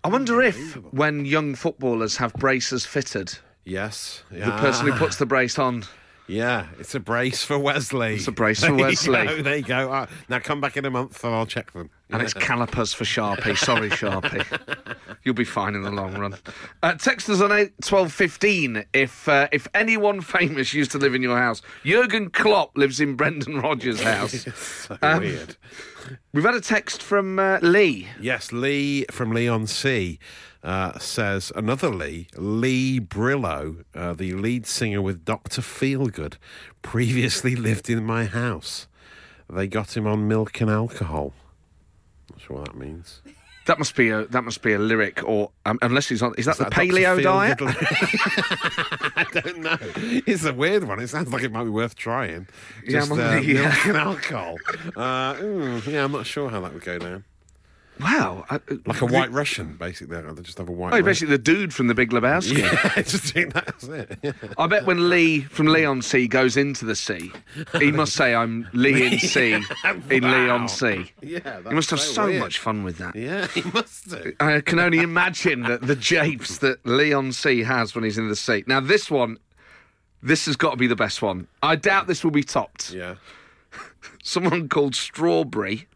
A: I wonder if when young footballers have braces fitted,
B: Yes.
A: the person who puts the brace on.
B: Yeah, it's a brace for Wesley. It's
A: a brace for Wesley.
B: You go, (laughs) there you go. Uh, now come back in a month and I'll check them.
A: And it's calipers for Sharpie.
B: (laughs)
A: Sorry, Sharpie. You'll be fine in the long run. Uh, text us on eight twelve fifteen if uh, if anyone famous used to live in your house. Jurgen Klopp lives in Brendan Rodgers'
B: (laughs)
A: house.
B: so
A: Um,
B: weird.
A: We've had a text from uh, Lee.
B: Yes, Lee from Leon C uh, says another Lee, Lee Brillo, uh, the lead singer with Doctor Feelgood, previously lived in my house. They got him on milk and alcohol. Not sure what that means.
A: That must be a that must be a lyric, or um, unless he's on. Is that the
B: That Dr.
A: paleo diet?
B: Uh, Feelgood- (laughs) I don't know. It's a weird one. It sounds like it might be worth trying.
A: Yeah,
B: Just,
A: I'm on
B: uh,
A: the- yeah.
B: milk and alcohol. Uh, mm, yeah, I'm not sure how that would go down.
A: Wow, I-
B: Like a White Russian, basically. They just have a white.
A: Oh, you're
B: Russian.
A: basically the dude from The Big Lebowski. (laughs)
B: Yeah, just think that's it. Yeah.
A: I bet when Lee from Leon C goes into the sea, he must say, "I'm Lee in C in Leon C."
B: Yeah, that's
A: he must have
B: so
A: so
B: weird.
A: much fun with that.
B: Yeah, he must do.
A: I can only imagine that the japes that Leon C has when he's in the sea. Now this one, this has got to be the best one. I doubt this will be topped.
B: Yeah.
A: Someone called Strawberry.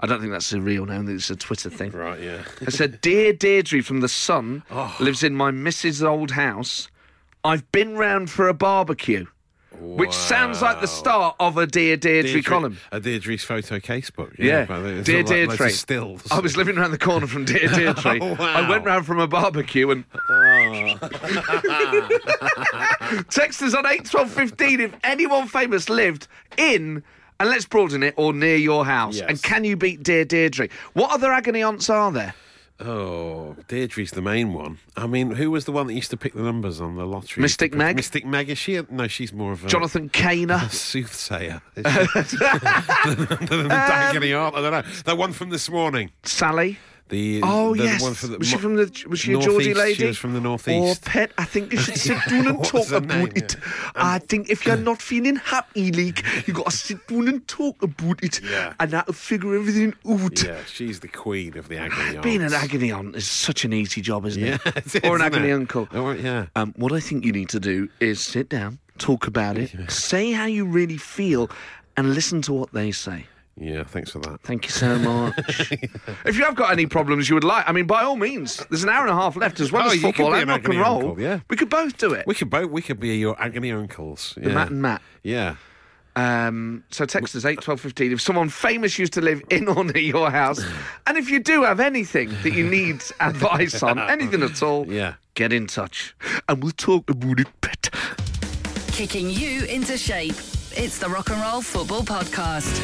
A: I don't think that's a real name. I think It's a Twitter thing.
B: Right, Oh. yeah.
A: I said, Dear Deirdre from The Sun lives in my missus' old house. I've been round for a barbecue. Which sounds like the start of a Dear Deirdre, column.
B: A Deirdre's photo case book.
A: Yeah.
B: but it's
A: Dear
B: all like loads of
A: Deirdre.
B: Stills.
A: I was living around the corner from Dear Deirdre.
B: Oh, wow. Oh.
A: I went round from a barbecue and. (laughs)
B: (laughs)
A: Text us on 8 12 15 if anyone famous lived in. And let's broaden it, or near your house.
B: Yes.
A: And can you beat Dear Deirdre? What other agony aunts are there?
B: (laughs) Oh, Deirdre's the main one. I mean, who was the one that used to pick the numbers on the lottery?
A: Mystic
B: Pick-
A: Meg?
B: Mystic Meg, is she? A, no, she's more of a.
A: Jonathan
B: a (laughs)
A: Kaner. (laughs)
B: Soothsayer. is she? (laughs)
A: Um,
B: the, the, agony aunt, I don't know. That one from this morning.
A: Sally.
B: The
A: Oh
B: the
A: yes,
B: One for the,
A: was she
B: mo-
A: from the? Was she a Geordie
B: Northeast,
A: lady?
B: She was from the
A: Or
B: northeast.
A: pet, I think you should sit down
B: (laughs)
A: and
B: What
A: talk
B: was her
A: about
B: name? Um,
A: it. I think if
B: (laughs)
A: you're not feeling happy, like you got to sit down and talk about it,
B: Yeah.
A: and that'll figure everything out.
B: yeah, she's the queen of the agony aunt.
A: Being an agony aunt is such an easy job, isn't
B: Yeah, (laughs)
A: it?
B: it is,
A: or an
B: isn't
A: agony
B: it?
A: uncle.
B: Or- yeah.
A: Um, what I think you need to do is sit down, talk about
B: (laughs)
A: it, say how you really feel, and listen to what they say.
B: Yeah, thanks for that.
A: Thank you so much.
B: (laughs)
A: if you have got any problems you would like, I mean, by all means, there's an hour and a half left as well
B: Oh,
A: as
B: you could
A: football
B: be
A: and
B: an
A: rock and
B: agony
A: roll.
B: uncle, yeah.
A: We could both do it.
B: We could both. We could be your agony uncles. Yeah.
A: Matt and Matt.
B: Yeah.
A: Um, so text us eight twelve fifteen if someone famous used to live in or near your
B: (laughs)
A: house, and if you do have anything that you need advice
B: (laughs)
A: on, anything at all,
B: Yeah.
A: get in touch and we'll talk about it. Pet.
C: kicking you into shape. It's the Rock and Roll Football Podcast.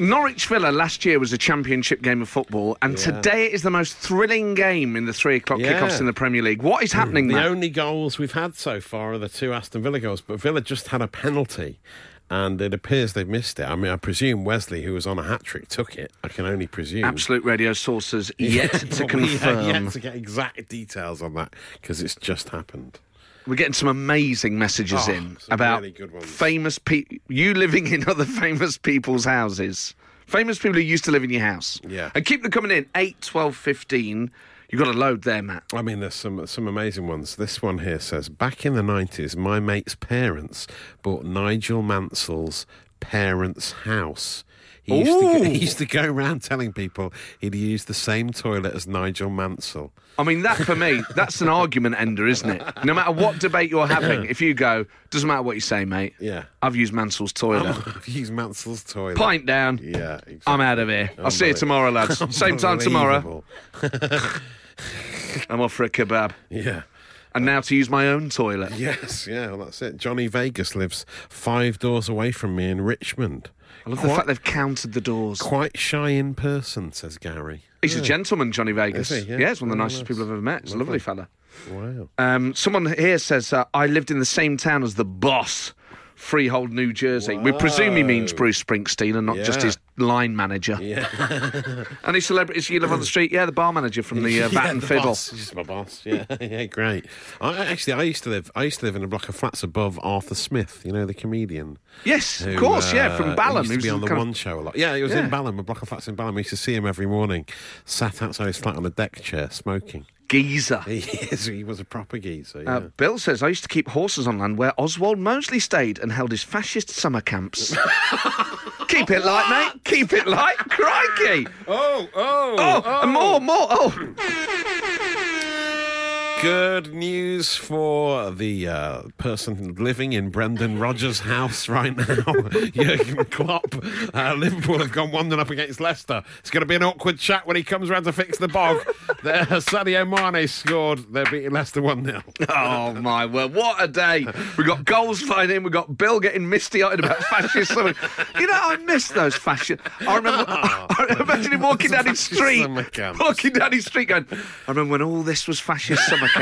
A: Norwich Villa last year was a championship game of football, and today it is the most thrilling game in the three o'clock
B: Yeah.
A: kickoffs in the Premier League. What is happening
B: The
A: there?
B: only goals we've had so far are the two Aston Villa goals, but Villa just had a penalty. And it appears they've missed it. I mean, I presume Wesley, who was on a hat trick, took it. I can only presume.
A: Absolute radio
B: (laughs)
A: sources yet to
B: But we have
A: confirm.
B: yet to get exact details on that because it's just happened.
A: We're getting some amazing messages
B: Oh,
A: in
B: some
A: about
B: really good ones.
A: famous people, you living in other (laughs) famous people's houses. Famous people who used to live in your house.
B: Yeah.
A: And keep them coming in. 8, 12, 15. You've got a load there, Matt.
B: I mean, there's some some amazing ones. This one here says, back in the '90s, my mate's parents bought Nigel Mansell's parents' house. He used, to go, (laughs)
A: Ooh.
B: he used to go around telling people he'd used the same toilet as Nigel Mansell.
A: I mean, that for
B: (laughs)
A: me, that's an argument ender, isn't it? No matter what debate you're having, if you go, doesn't matter what you say, mate.
B: Yeah. (laughs)
A: I've used Mansell's toilet.
B: He's Mansell's toilet.
A: (laughs) Pint down.
B: Yeah, exactly.
A: I'm out of here. I'll see you
B: Unbelievable.
A: tomorrow, lads. Same time tomorrow.
B: Unbelievable.
A: I'm off for a kebab.
B: Yeah.
A: And now to use my own toilet.
B: Yes, yeah, well, that's it. Johnny Vegas lives five doors away from me in Richmond.
A: I love the fact they've countered the doors.
B: Quite shy in person, says Gary.
A: He's a gentleman, Johnny Vegas.
B: Is he?
A: Yeah.
B: Yeah.
A: he's one of the
B: Very
A: nicest
B: nice.
A: people I've ever met. He's a lovely fella.
B: Wow.
A: Um, someone here says, uh, I lived in the same town as the boss, Freehold, New Jersey. We presume he means Bruce Springsteen and not just
B: Yeah.
A: his line manager. (laughs)
B: Yeah.
A: Any celebrities you live on the street? Yeah, the bar manager from the
B: (laughs)
A: uh, Bat and
B: the
A: Fiddle.
B: boss. He's my boss. Yeah, (laughs) yeah, great. I, I- actually, I used to live. I used to live in a block of flats above Arthur Smith. You know, the comedian.
A: Yes, of
B: who,
A: course, yeah,
B: uh,
A: from Balham.
B: Used to
A: who's
B: be on the
A: kind of-
B: One Show a lot. Yeah, he was
A: Yeah.
B: in Balham, a block of flats in Balham. We used to see him every morning, sat outside his flat on a deck chair smoking. (laughs)
A: geezer.
B: He is. He was a proper geezer. Yeah.
A: Uh, Bill says, I used to keep horses on land where Oswald Mosley stayed and held his fascist summer
B: (laughs)
A: camps. Keep it light, mate. Keep it light. Crikey.
B: oh, oh,
A: Oh, and more, more. Oh.
B: Good news for the uh, person living in Brendan Rodgers' house right now, (laughs) Jurgen Klopp. Uh, Liverpool have gone 1 0 up against Leicester. It's going to be an awkward chat when he comes round to fix the bog. there, (laughs) Sadio Mane scored. They're beating Leicester 1 0.
A: Oh my word! What a day! We got goals flying in. We got Bill getting misty-eyed about fascist. summer. You know, I miss those fascist. I
B: (laughs)
A: remember. (laughs) I imagine him walking down his
B: Fascist
A: street,
B: summer camps.
A: walking down his street, going, "I remember when all this was fascist summer camps."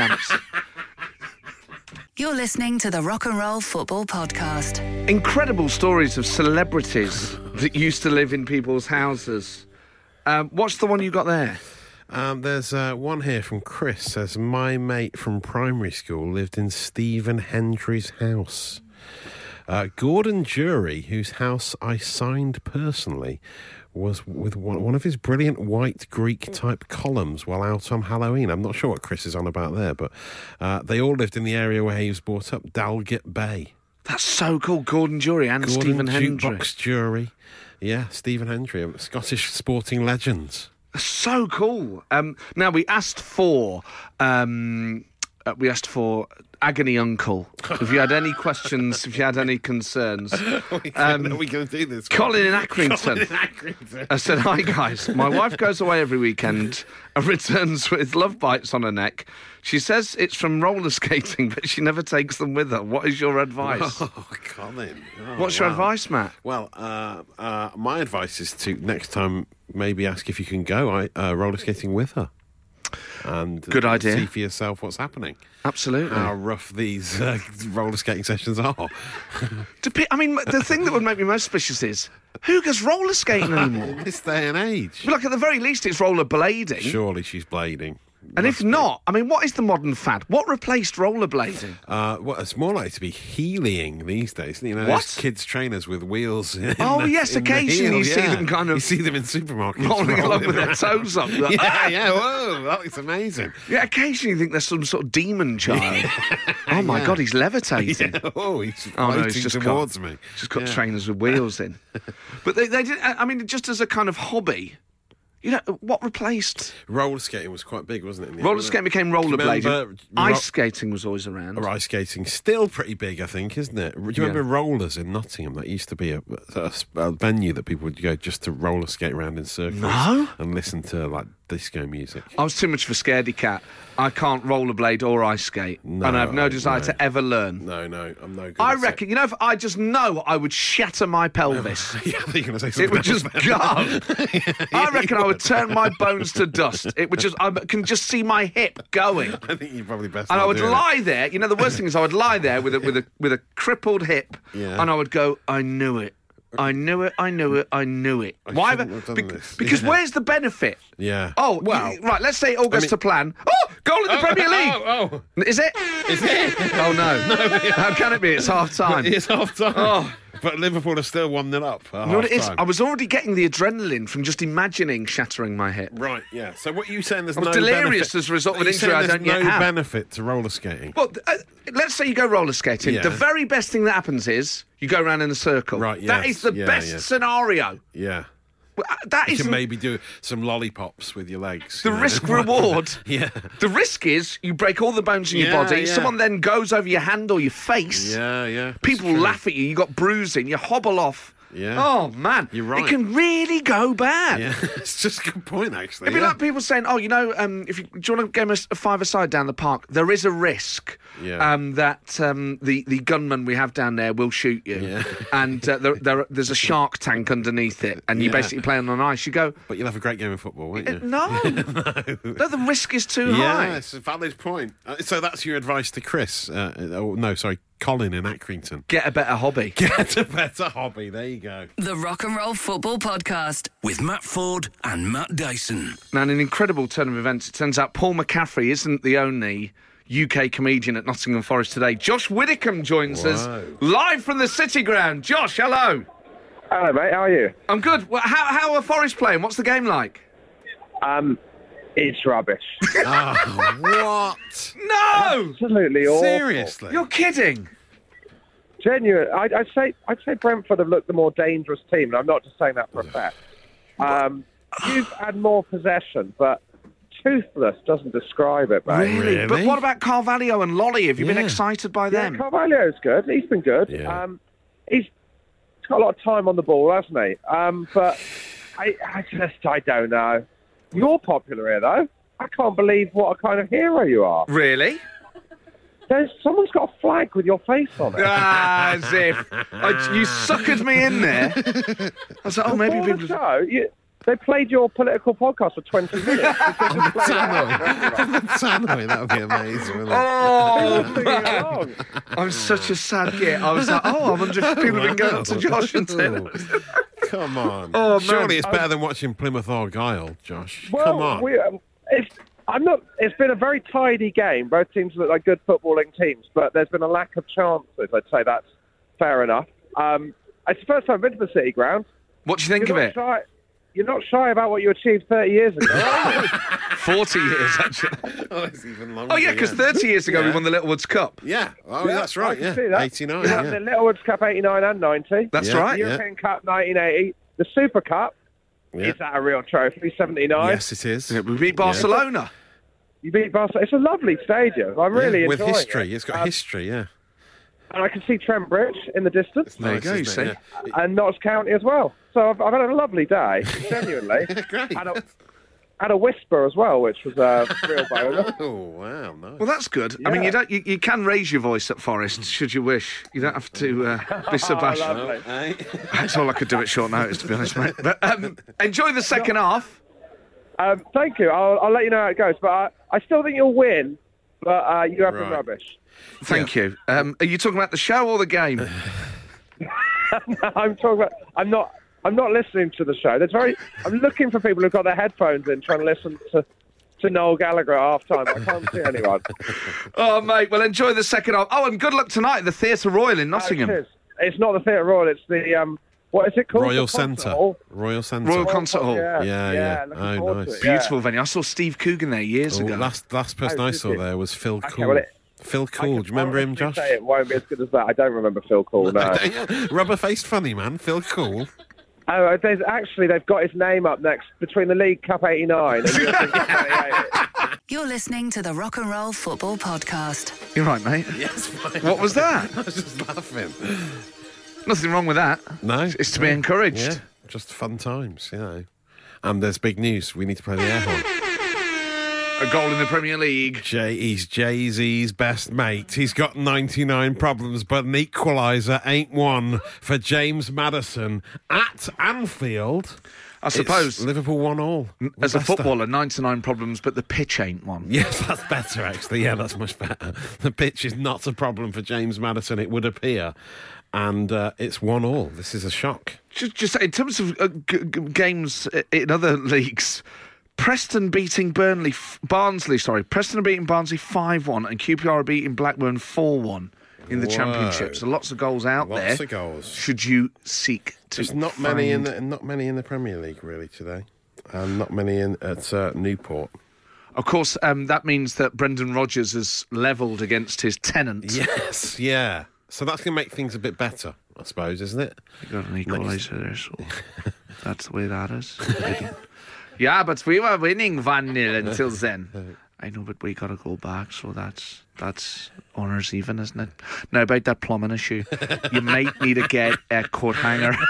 C: You're listening to the Rock and Roll Football Podcast.
A: Incredible stories of
B: (laughs)
A: celebrities that used to live in people's houses. Um, what's the one you got there?
B: Um, there's uh, one here from Chris says, My mate from primary school lived in Stephen Hendry's house. Uh, Gordon Jury, whose house I signed personally, was with one, one of his brilliant white Greek type columns while out on Halloween. I'm not sure what Chris is on about there, but uh, they all lived in the area where he was brought up, Dalgett Bay.
A: That's so cool. Gordon Jury and
B: Gordon
A: Stephen Hendry.
B: Jukebox Jury. Yeah, Stephen Hendry, um, Scottish sporting legends.
A: so cool. Um, now we asked for um, uh, we asked for agony uncle. If you had any
B: (laughs)
A: questions, if you had any concerns, Um,
B: Are we going to do this?
A: Colin in
B: (laughs)
A: Accrington. I said, Hi guys, my wife goes away every weekend and returns with love bites on her neck. She says it's from roller skating, but she never takes them with her. What is your
B: (laughs)
A: advice?
B: Oh, Colin. Oh,
A: What's your
B: wow.
A: advice, Matt?
B: Well, uh, uh, my advice is to next time maybe ask if you can go I, uh, roller skating with her. And uh,
A: Good idea. Hmm.
B: See for yourself what's happening.
A: Absolutely.
B: How rough these uh, (laughs) roller skating sessions are. (laughs)
A: Depe- I mean, the thing that would make me most suspicious is who goes roller skating anymore? (laughs)
B: In this day and age.
A: But like at the very least, it's rollerblading.
B: Surely she's blading.
A: And if not, I mean, what is the modern fad? What replaced
B: (laughs)
A: rollerblading?
B: Uh, well, it's more likely to be heeling these days. You know,
A: What?
B: those kids trainers with wheels. in
A: Oh,
B: the-
A: yes,
B: in the
A: occasionally you
B: heel,
A: see
B: yeah.
A: them kind of
B: You see them in supermarkets
A: Rolling along with their
B: around.
A: toes up. Like,
B: (laughs) yeah, yeah. Whoa, that looks amazing.
A: Yeah, occasionally you think there's some sort of demon child.
B: (laughs)
A: oh my God, he's levitating.
B: Oh, he's
A: Oh
B: floating
A: no, he's just
B: towards
A: got,
B: me.
A: Just got
B: Yeah.
A: trainers with wheels
B: (laughs)
A: in. But they, they did. I I mean, just as a kind of hobby. You know what replaced
B: Roller skating was quite big, wasn't it? in the
A: roller
B: end,
A: skating became
B: wasn't it? Do you
A: rollerblading.
B: remember
A: Ice
B: ro-
A: skating was always around.
B: or ice skating still pretty big, I think, isn't it? Do you remember rollers in Nottingham? That used to be a, a, a venue that people would go just to roller skate around in circles
A: No. Oh.
B: and listen to like disco music.
A: I was too much of a scaredy cat. I can't rollerblade or ice skate, and I have
B: I-
A: no desire
B: no.
A: to ever learn.
B: No, no, I'm no good.
A: I
B: at it.
A: reckon, you know, if I just know I would shatter my pelvis.
B: (laughs) yeah, I think you're going to say something
A: It would
B: else
A: just go.
B: then. (laughs)
A: I reckon I would turn my bones to dust. It would just, I can just see my hip
B: (laughs)
A: going.
B: I think you're probably best.
A: And I
B: not
A: would
B: doing it.
A: lie there. You know, the worst thing is I would lie there with a with a with a crippled hip,
B: Yeah.
A: and I would go, "I knew it, I knew it, I knew it, I knew it." Why?
B: shouldn't have done
A: bec-
B: this.
A: Because
B: Yeah.
A: where's the benefit?
B: Yeah.
A: Oh,
B: Well-
A: well, right. Let's say it all goes
B: mean-
A: to plan. Oh, goal in the Premier League.
B: (laughs) Oh, oh.
A: Is it? Is it? (laughs) Oh no! How can it be? It's half time.
B: It's half time.
A: Oh.
B: But Liverpool are still 1 0 up. at
A: You know what it is?
B: half-time.
A: I was already getting the adrenaline from just imagining shattering my hip.
B: Right, yeah. So what are you saying? There's
A: was
B: no
A: delirious
B: benefit.
A: as a result of
B: Are you
A: an injury
B: saying
A: I
B: there's
A: don't yet
B: no
A: have?
B: benefit to roller skating.
A: Well, th- uh, let's say you go roller skating.
B: Yeah.
A: The very best thing that happens is you go round in a circle.
B: Right,
A: That
B: yes,
A: is the
B: yeah,
A: best
B: yeah.
A: scenario.
B: yeah.
A: Well, uh, That
B: You
A: is
B: can maybe do some lollipops with your legs.
A: the
B: you know. (laughs)
A: risk reward.
B: Yeah.
A: The risk is you break all the bones in your
B: Yeah,
A: body.
B: yeah.
A: Someone then goes over your hand or your face.
B: Yeah, yeah. that's
A: People
B: true.
A: laugh at you. You got bruising. You hobble off.
B: Yeah.
A: Oh man,
B: You're right.
A: It can really go bad.
B: Yeah, (laughs) it's just a good point, actually.
A: It'd be
B: yeah.
A: like people saying, "Oh, you know, um, if you, do you want to game a, five aside down the park, there is a risk
B: Yeah.
A: um, that um, the the gunman we have down there will shoot you,
B: Yeah.
A: (laughs) and uh, there, there there's a shark tank underneath it, and you're
B: Yeah.
A: basically playing on ice. You go,
B: But you'll have a great game of football, won't
A: "Eh,
B: you? (laughs)
A: no, no, the risk is too
B: Yeah,
A: high."
B: it's a valid point. Uh, so that's your advice to Chris. Uh, oh, no, sorry, Colin in (laughs) Accrington.
A: Get a better hobby.
B: Get a better hobby. There you (laughs) go.
C: The Rock and Roll Football Podcast.
D: With Matt Ford and Matt Dyson.
A: (laughs) Now, in an incredible turn of events, it turns out Paul McCaffrey isn't the only UK comedian at Nottingham Forest today. Josh Widdicombe joins us
B: Whoa.
A: live from the City Ground. Josh, hello.
F: Hello, mate. How are you?
A: I'm good. Well, how, how are Forest playing? What's the game like?
F: Um, it's rubbish. (laughs)
B: Oh, what?
A: No!
F: Absolutely
B: (laughs)
F: awful.
B: Seriously?
A: You're kidding.
F: Genuine. I'd, I'd say I'd say Brentford have looked the more dangerous team, and I'm not just saying that for a fact. Um, you've had more possession, but toothless doesn't describe it, mate.
B: Really?
A: But what about Carvalho and Lolly? Have you
B: Yeah.
A: been excited by
F: Yeah,
A: them?
F: Carvalho's good. He's been good.
B: Yeah.
F: Um, he's got a lot of time on the ball, hasn't he? Um, but I, I just I don't know. You're popular here, though. I can't believe what a kind of hero you are.
A: (laughs) Really?
F: There's someone's got a flag with your face
A: (laughs)
F: on it.
A: Ah, As if. I, you suckered me in there. I was like, oh, maybe
F: Before the
A: people.
F: show, you, they played your political podcast for 20 minutes. They just played it
B: (laughs) Sandwich, that would be amazing. Wouldn't
A: (laughs)
B: it?
A: Oh,
F: all along.
A: I'm such a sad git. I was like, oh, I wonder if people have been going up to Josh and saying,
B: Ooh, (laughs) Come on.
A: Oh, man.
B: Surely it's better than watching Plymouth Argyle, Josh.
F: Well,
B: Come on.
F: We, um, it's, I'm not, it's been a very tidy game. Both teams look like good footballing teams, but there's been a lack of chances. I'd say that's fair enough. Um, it's the first time I've been to the City Ground.
A: what do you think
F: You're
A: of
F: not
A: it?
F: Shy, you're not shy about what you achieved 30 years ago. are you?
A: 40 years, actually.
B: (laughs) Oh, it's even longer.
A: Oh, yeah, because 30 years ago we
B: Yeah.
A: won the Littlewoods Cup.
B: Yeah. Oh,
F: Yeah,
B: that's
F: I
B: right.
F: can
B: Yeah.
F: see that.
B: 89.
F: Yeah,
B: Yeah.
F: The Littlewoods Cup 89 and 90.
A: That's
B: Yeah.
A: right.
B: Yeah.
F: European Cup 1980. The Super Cup.
B: Yeah.
F: Is that a real trophy? 79.
B: Yes, it is.
A: We beat Barcelona.
F: You beat Barcelona. It's a lovely stadium. I'm really
B: With
F: enjoying
B: history.
F: it.
B: It's got
F: Um,
B: history, yeah.
F: And I can see Trent Bridge in the distance.
A: There you go,
B: isn't
A: you
B: it? Yeah.
F: and Notts County as well. So I've, I've had a
B: (laughs)
F: lovely day, genuinely.
B: Great. (laughs)
F: Had a, had a whisper as well, which was a real bonus.
B: Oh, wow. Nice.
A: Well, that's good. I mean,
F: Yeah.
A: you don't you, you can raise your voice at Forest should you wish. You don't have to
B: (laughs) Oh,
A: uh, be so bashful.
F: Oh, lovely.
B: Eh?
A: That's all I could do at short notice, to be honest, mate. But um, enjoy the second half.
F: Um, thank you. I'll, I'll let you know how it goes. But I, I still think you'll win, but uh, you have been
B: Right.
F: rubbish. (laughs)
A: Thank you. Um, are you talking about the show or the
B: (sighs)
A: game?
F: I'm talking about. I'm not. I'm not listening to the show. There's very. I'm looking for people who've got their headphones in, trying to listen to to Noel Gallagher at half time. I can't see
B: (laughs)
F: anyone.
A: oh, mate. Well, enjoy the second half. Oh, and good luck tonight at the Theatre Royal in
F: It
A: Nottingham.
F: is. It's not the Theatre Royal. It's the um. What is it called?
B: Royal
F: The concert
B: Centre.
F: hall?
B: Royal Centre.
A: Royal Con-
F: Well,
A: Concert hall.
F: Yeah,
B: Yeah,
F: yeah.
B: yeah.
F: looking
B: Oh,
F: forward to
B: nice.
F: it, yeah.
A: Beautiful venue. I saw Steve Coogan there years
B: Oh,
A: ago.
B: last last person
F: Oh,
B: I
F: did
B: saw
F: you?
B: there was Phil Cool.
F: well, it-
B: Phil
F: I
B: Cool.
F: can
B: Do you remember him, Josh?
F: honestly say It won't be as good as that. I don't remember Phil
B: (laughs)
F: Cool. No.
B: Rubber faced funny man, Phil Cool.
F: oh, there's actually they've got his name up next between the League Cup '89 and the European Cup
B: (laughs)
F: '88.
C: You're listening to the Rock and Roll Football Podcast.
A: You're right, mate.
B: (laughs) Yes, fine.
A: What was that?
B: (laughs) I was just laughing.
A: Nothing wrong with that.
B: No,
A: It's to be encouraged.
B: Yeah, just fun times, you know. And there's big news. We need to play the air horn.
A: a goal in the Premier League.
B: Jay, he's Jay Z's best mate. He's got 99 problems, but an equaliser ain't one for James Madison at Anfield.
A: I
B: It's
A: suppose
B: Liverpool one all. with
A: as a
B: Leicester.
A: footballer, 99 problems, but the pitch ain't one.
B: (laughs) Yes, that's better actually. Yeah, that's much better. The pitch is not a problem for James Madison, it would appear. And uh, it's one all. This is a shock.
A: Just, just in terms of uh, g- g- games i- in other leagues, Preston beating Burnley, f- Barnsley, sorry, Preston are beating Barnsley 5 1, and QPR are beating Blackburn 4 1 in the
B: Whoa.
A: Championship. So lots of goals out
B: Lots
A: there.
B: of goals.
A: Should you seek to.
B: There's not many in
A: find-
B: the, not many in the Premier League really today, and not many in at uh, Newport.
A: Of course, um, that means that Brendan Rodgers has levelled against his tenant.
B: Yes, yeah. So that's going to make things a bit better, I suppose, isn't it?
A: got an equaliser there, so
B: (laughs)
A: that's the way that is. yeah, but we were winning 1 0
B: (laughs)
A: until then. I know, but we got to go back, so that's that's honours even, isn't it? Now, about that plumbing issue, you might need to get a coat hanger. (laughs)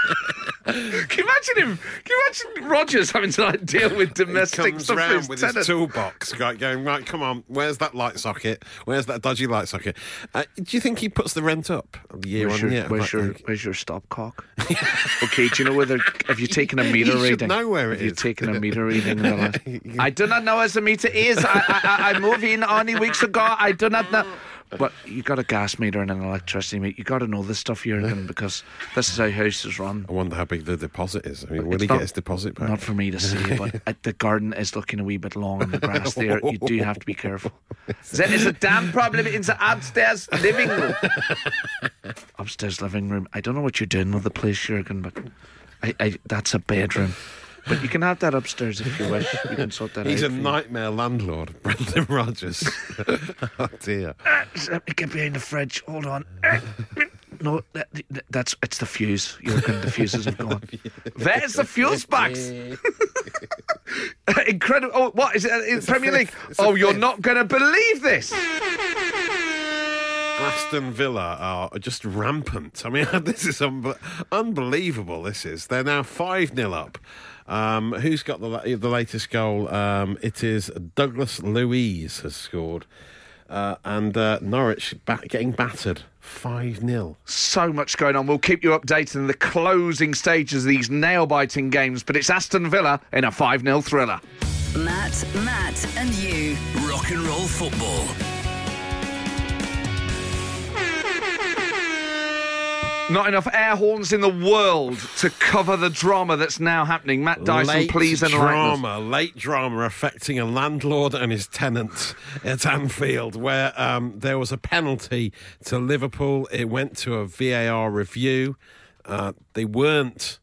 A: Can you imagine him? Can you imagine Rogers having to like, deal with domestic
B: comes
A: stuff
B: round
A: his
B: with
A: tenant?
B: his toolbox, right, going right. Come on, where's that light socket? Where's that dodgy light socket? Uh, do you think he puts the rent up year
A: Where's
B: on
A: your,
B: year?
A: where's,
B: Like,
A: your,
B: like,
A: where's your
B: (laughs)
A: stopcock? okay, do you know whether have you taken a meter
B: You should
A: reading?
B: know where it
A: have you
B: is.
A: taken a meter reading? In the
B: (laughs)
A: last... I do not know where the meter is. I, I, I I moved in only weeks ago. I do not know. But you got a gas meter and an electricity meter. You got to know the stuff you're in because this is how houses run.
B: I wonder how big the deposit is. I mean, will
A: It's
B: he
A: not-
B: get his deposit back?
A: Not for me to see,
B: (laughs)
A: but uh, the garden is looking a wee bit long on the grass there. You do have to be
B: (laughs)
A: careful. There is a damn problem in the upstairs living room. (laughs) upstairs living room. I don't know what you're doing with the place, Jurgen, but I, I, that's a bedroom. But you can have that upstairs if you wish. You can sort that
B: He's a
A: out. for you.
B: nightmare landlord, (laughs) Brendan
A: (laughs)
B: Rogers. (laughs) oh dear.
A: Let me get behind the fridge. Hold on. No, that, that- that's it's the fuse. Jurgen, the fuses have
B: (laughs)
A: gone. Where is the fuse box? Incredible! Oh, what is it in Premier
B: fifth.
A: League?
B: It's a
A: Oh, you're
B: fifth.
A: not going to believe this.
B: Aston Villa are just rampant. I mean, (laughs) this is unbe- unbelievable. This is. They're now 5 0 up. Um, who's got the, la- the latest goal? Um, it is Douglas Louise has scored. Uh, and uh, Norwich back, getting battered 5 0.
A: So much going on. We'll keep you updated in the closing stages of these nail-biting games. But it's Aston Villa in a 5-0 thriller.
C: Matt, Matt, and you.
D: Rock and roll football.
A: Not enough air horns in the world to cover the drama that's now happening. Matt Dyson,
B: late
A: please enlighten us.
B: drama, late drama affecting a landlord and his tenant at Anfield, where um, there was a penalty to Liverpool. It went to a VAR review. Uh, they weren't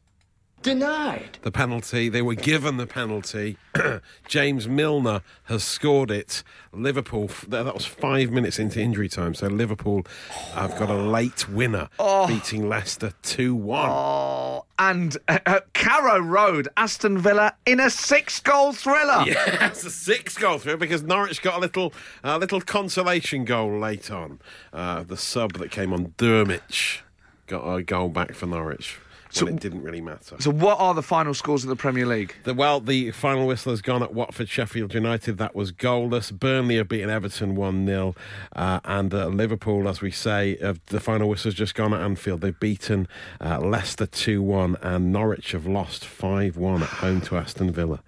B: denied the penalty. They were given the penalty. (clears throat) James Milner has scored it. Liverpool. f- That that was five minutes into injury time, so Liverpool have got a late winner,
A: Oh.
B: beating Leicester two one.
A: and uh, uh, Carrow Road, Aston Villa in a six-goal thriller.
B: That's a six goal through because Norwich got a little a little consolation goal late on. Uh, the sub that came on Dermich got a goal back for Norwich. So it didn't really matter.
A: (laughs) So, what are the final scores in the Premier League?
B: The, well, the final whistle has gone at Watford, Sheffield United. That was goalless. Burnley have beaten Everton 1 0. Uh, and uh, Liverpool, as we say, uh, the final whistle has just gone at Anfield. They've beaten uh, Leicester 2 1. And Norwich have lost 5 1 at home to Aston Villa.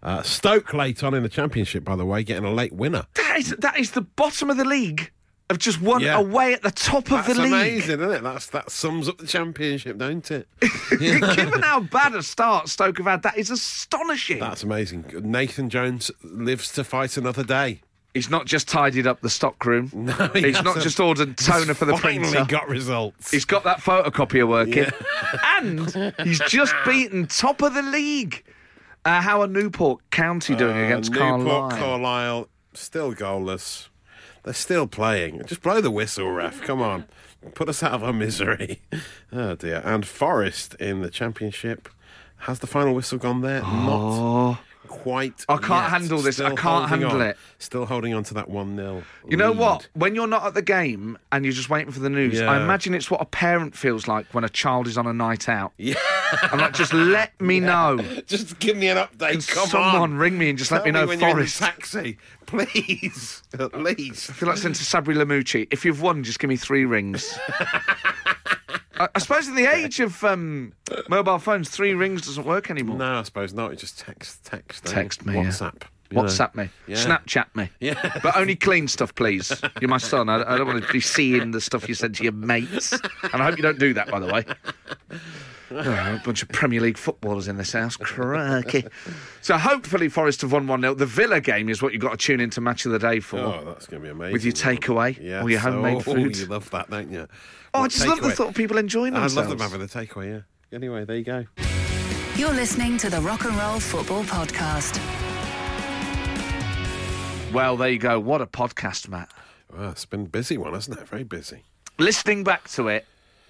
B: Uh, Stoke late on in the Championship, by the way, getting a late winner.
A: That is that is the bottom of the league. Of just one
B: Yeah.
A: away at the top of
B: That's
A: the league.
B: amazing, isn't it? That's, that sums up the Championship, don't it?
A: (laughs) Given (laughs) how bad a start Stoke have had, that is astonishing.
B: That's amazing. Nathan Jones lives to fight another day.
A: He's not just tidied up the stock
B: (laughs)
A: room. No,
B: he
A: he's not
B: hasn't.
A: just ordered toner
B: (laughs)
A: for the
B: Finally
A: printer.
B: got results.
A: He's got that photocopier working. (laughs) And he's just beaten top of the league. Uh, how are Newport County doing Uh, against
B: Newport,
A: Carlisle?
B: Uh, Carlisle, still goalless. They're still playing. Just blow the whistle, ref. Come on. Put us out of our misery. (laughs) Oh, dear. And Forest in the Championship. Has the final whistle gone there? Not quite.
A: Oh. I can't
B: yet.
A: handle this. I
B: Still
A: can't
B: holding
A: handle
B: on.
A: it.
B: Still holding on to that one 0
A: You know what? When you're not at the game and you're just waiting for the news, I
B: Yeah.
A: imagine it's what a parent feels like when a child is on a night out. Yeah. I'm like, just let
B: (laughs)
A: me know.
B: Just give me an update.
A: Can
B: Come
A: someone
B: on.
A: ring me and just let
B: Tell
A: me know,
B: when
A: Forrest.
B: You're in the taxi, please. (laughs) At least.
A: I feel like saying to Sabri Lamucci, if you've won, just give me three rings.
B: (laughs)
A: I, I suppose in the age of um, mobile phones, three rings doesn't work anymore.
B: No, I suppose not. It's just text, text, don't you?
A: Text me, yeah.
B: WhatsApp. you know.
A: WhatsApp me,
B: Yeah.
A: Snapchat me,
B: Yeah. (laughs)
A: but only clean stuff, please. You're my son. I, I don't want to be seeing the stuff you send to your mates, and I hope you don't do that, by the way. Oh, a bunch of Premier League footballers in this house, crikey! So hopefully, Forest have won one 0 The Villa game is what you've got to tune into Match of the Day for.
B: Oh, that's going to be amazing.
A: With your takeaway,
B: Yeah.
A: all your
B: so-
A: homemade
B: (laughs) oh,
A: food.
B: you love that, don't you?
A: Oh, I
B: What
A: just love the
B: takeaway.
A: thought of people enjoying
B: I
A: themselves.
B: love them having the takeaway, yeah. Anyway, there you go.
C: You're listening to the Rock and Roll Football Podcast.
A: Well, there you go. What a podcast, Matt.
B: Well, it's been a busy one, hasn't it? Very busy.
A: Listening back to it,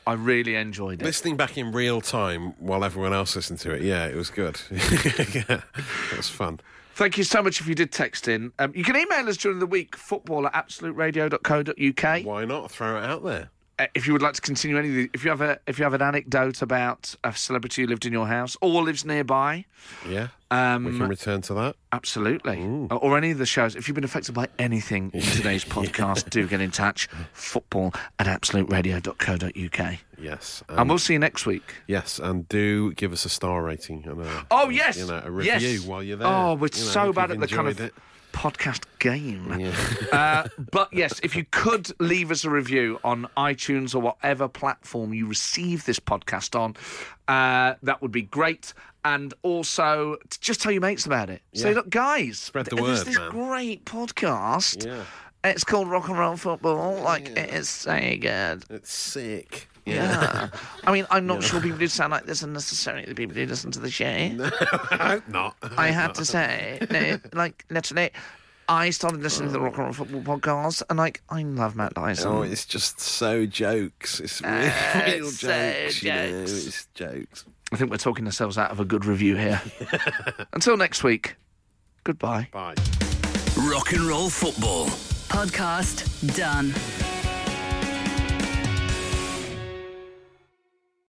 A: I really enjoyed it.
B: Listening back in real time while everyone else listened to it, yeah, it was good. (laughs) yeah, it was fun.
A: Thank you so much if you did text in. Um, you can email us during the week, football at absoluteradio.co.uk.
B: Why not throw it out there?
A: Uh, if you would like to continue any of the, if you have a if you have an anecdote about a celebrity who lived in your house or lives nearby,
B: Yeah.
A: Um,
B: we can return to that.
A: absolutely, or, or any of the shows. If you've been affected by anything in today's podcast, do get in touch. Football at absoluteradio.co.uk,
B: Yes.
A: and we'll see you next week.
B: Yes, and do give us a star rating and a
A: Oh yes,
B: you know a review
A: yes.
B: while you're there.
A: Oh,
B: you
A: we're
B: know, if
A: so
B: you've
A: bad at the kind of
B: enjoyed it.
A: podcast game.
B: Yeah. (laughs)
A: uh, but yes, if you could leave us a review on iTunes or whatever platform you receive this podcast on, uh, that would be great. And also, to just tell your mates about it. Say,
B: Yeah.
A: look, guys, spread
B: the
A: There's
B: word,
A: this
B: man."
A: great podcast.
B: Yeah.
A: It's called Rock and Roll Football. Like, it is so good.
B: It's sick.
A: Yeah. I mean, I'm not sure people who sound like this are necessarily the people who listen to the show.
B: I hope not.
A: I have to say, no, like literally, I started listening to the Rock and Roll Football podcast, and like I love Matt Dyson.
B: Oh, it's just so jokes. It's real, real
A: so
B: jokes. You know, (laughs)
A: jokes.
B: it's jokes.
A: I think we're talking ourselves out of a good review
B: (laughs)
A: here. Until next week, goodbye.
B: Bye.
D: Rock and roll football.
C: Podcast done.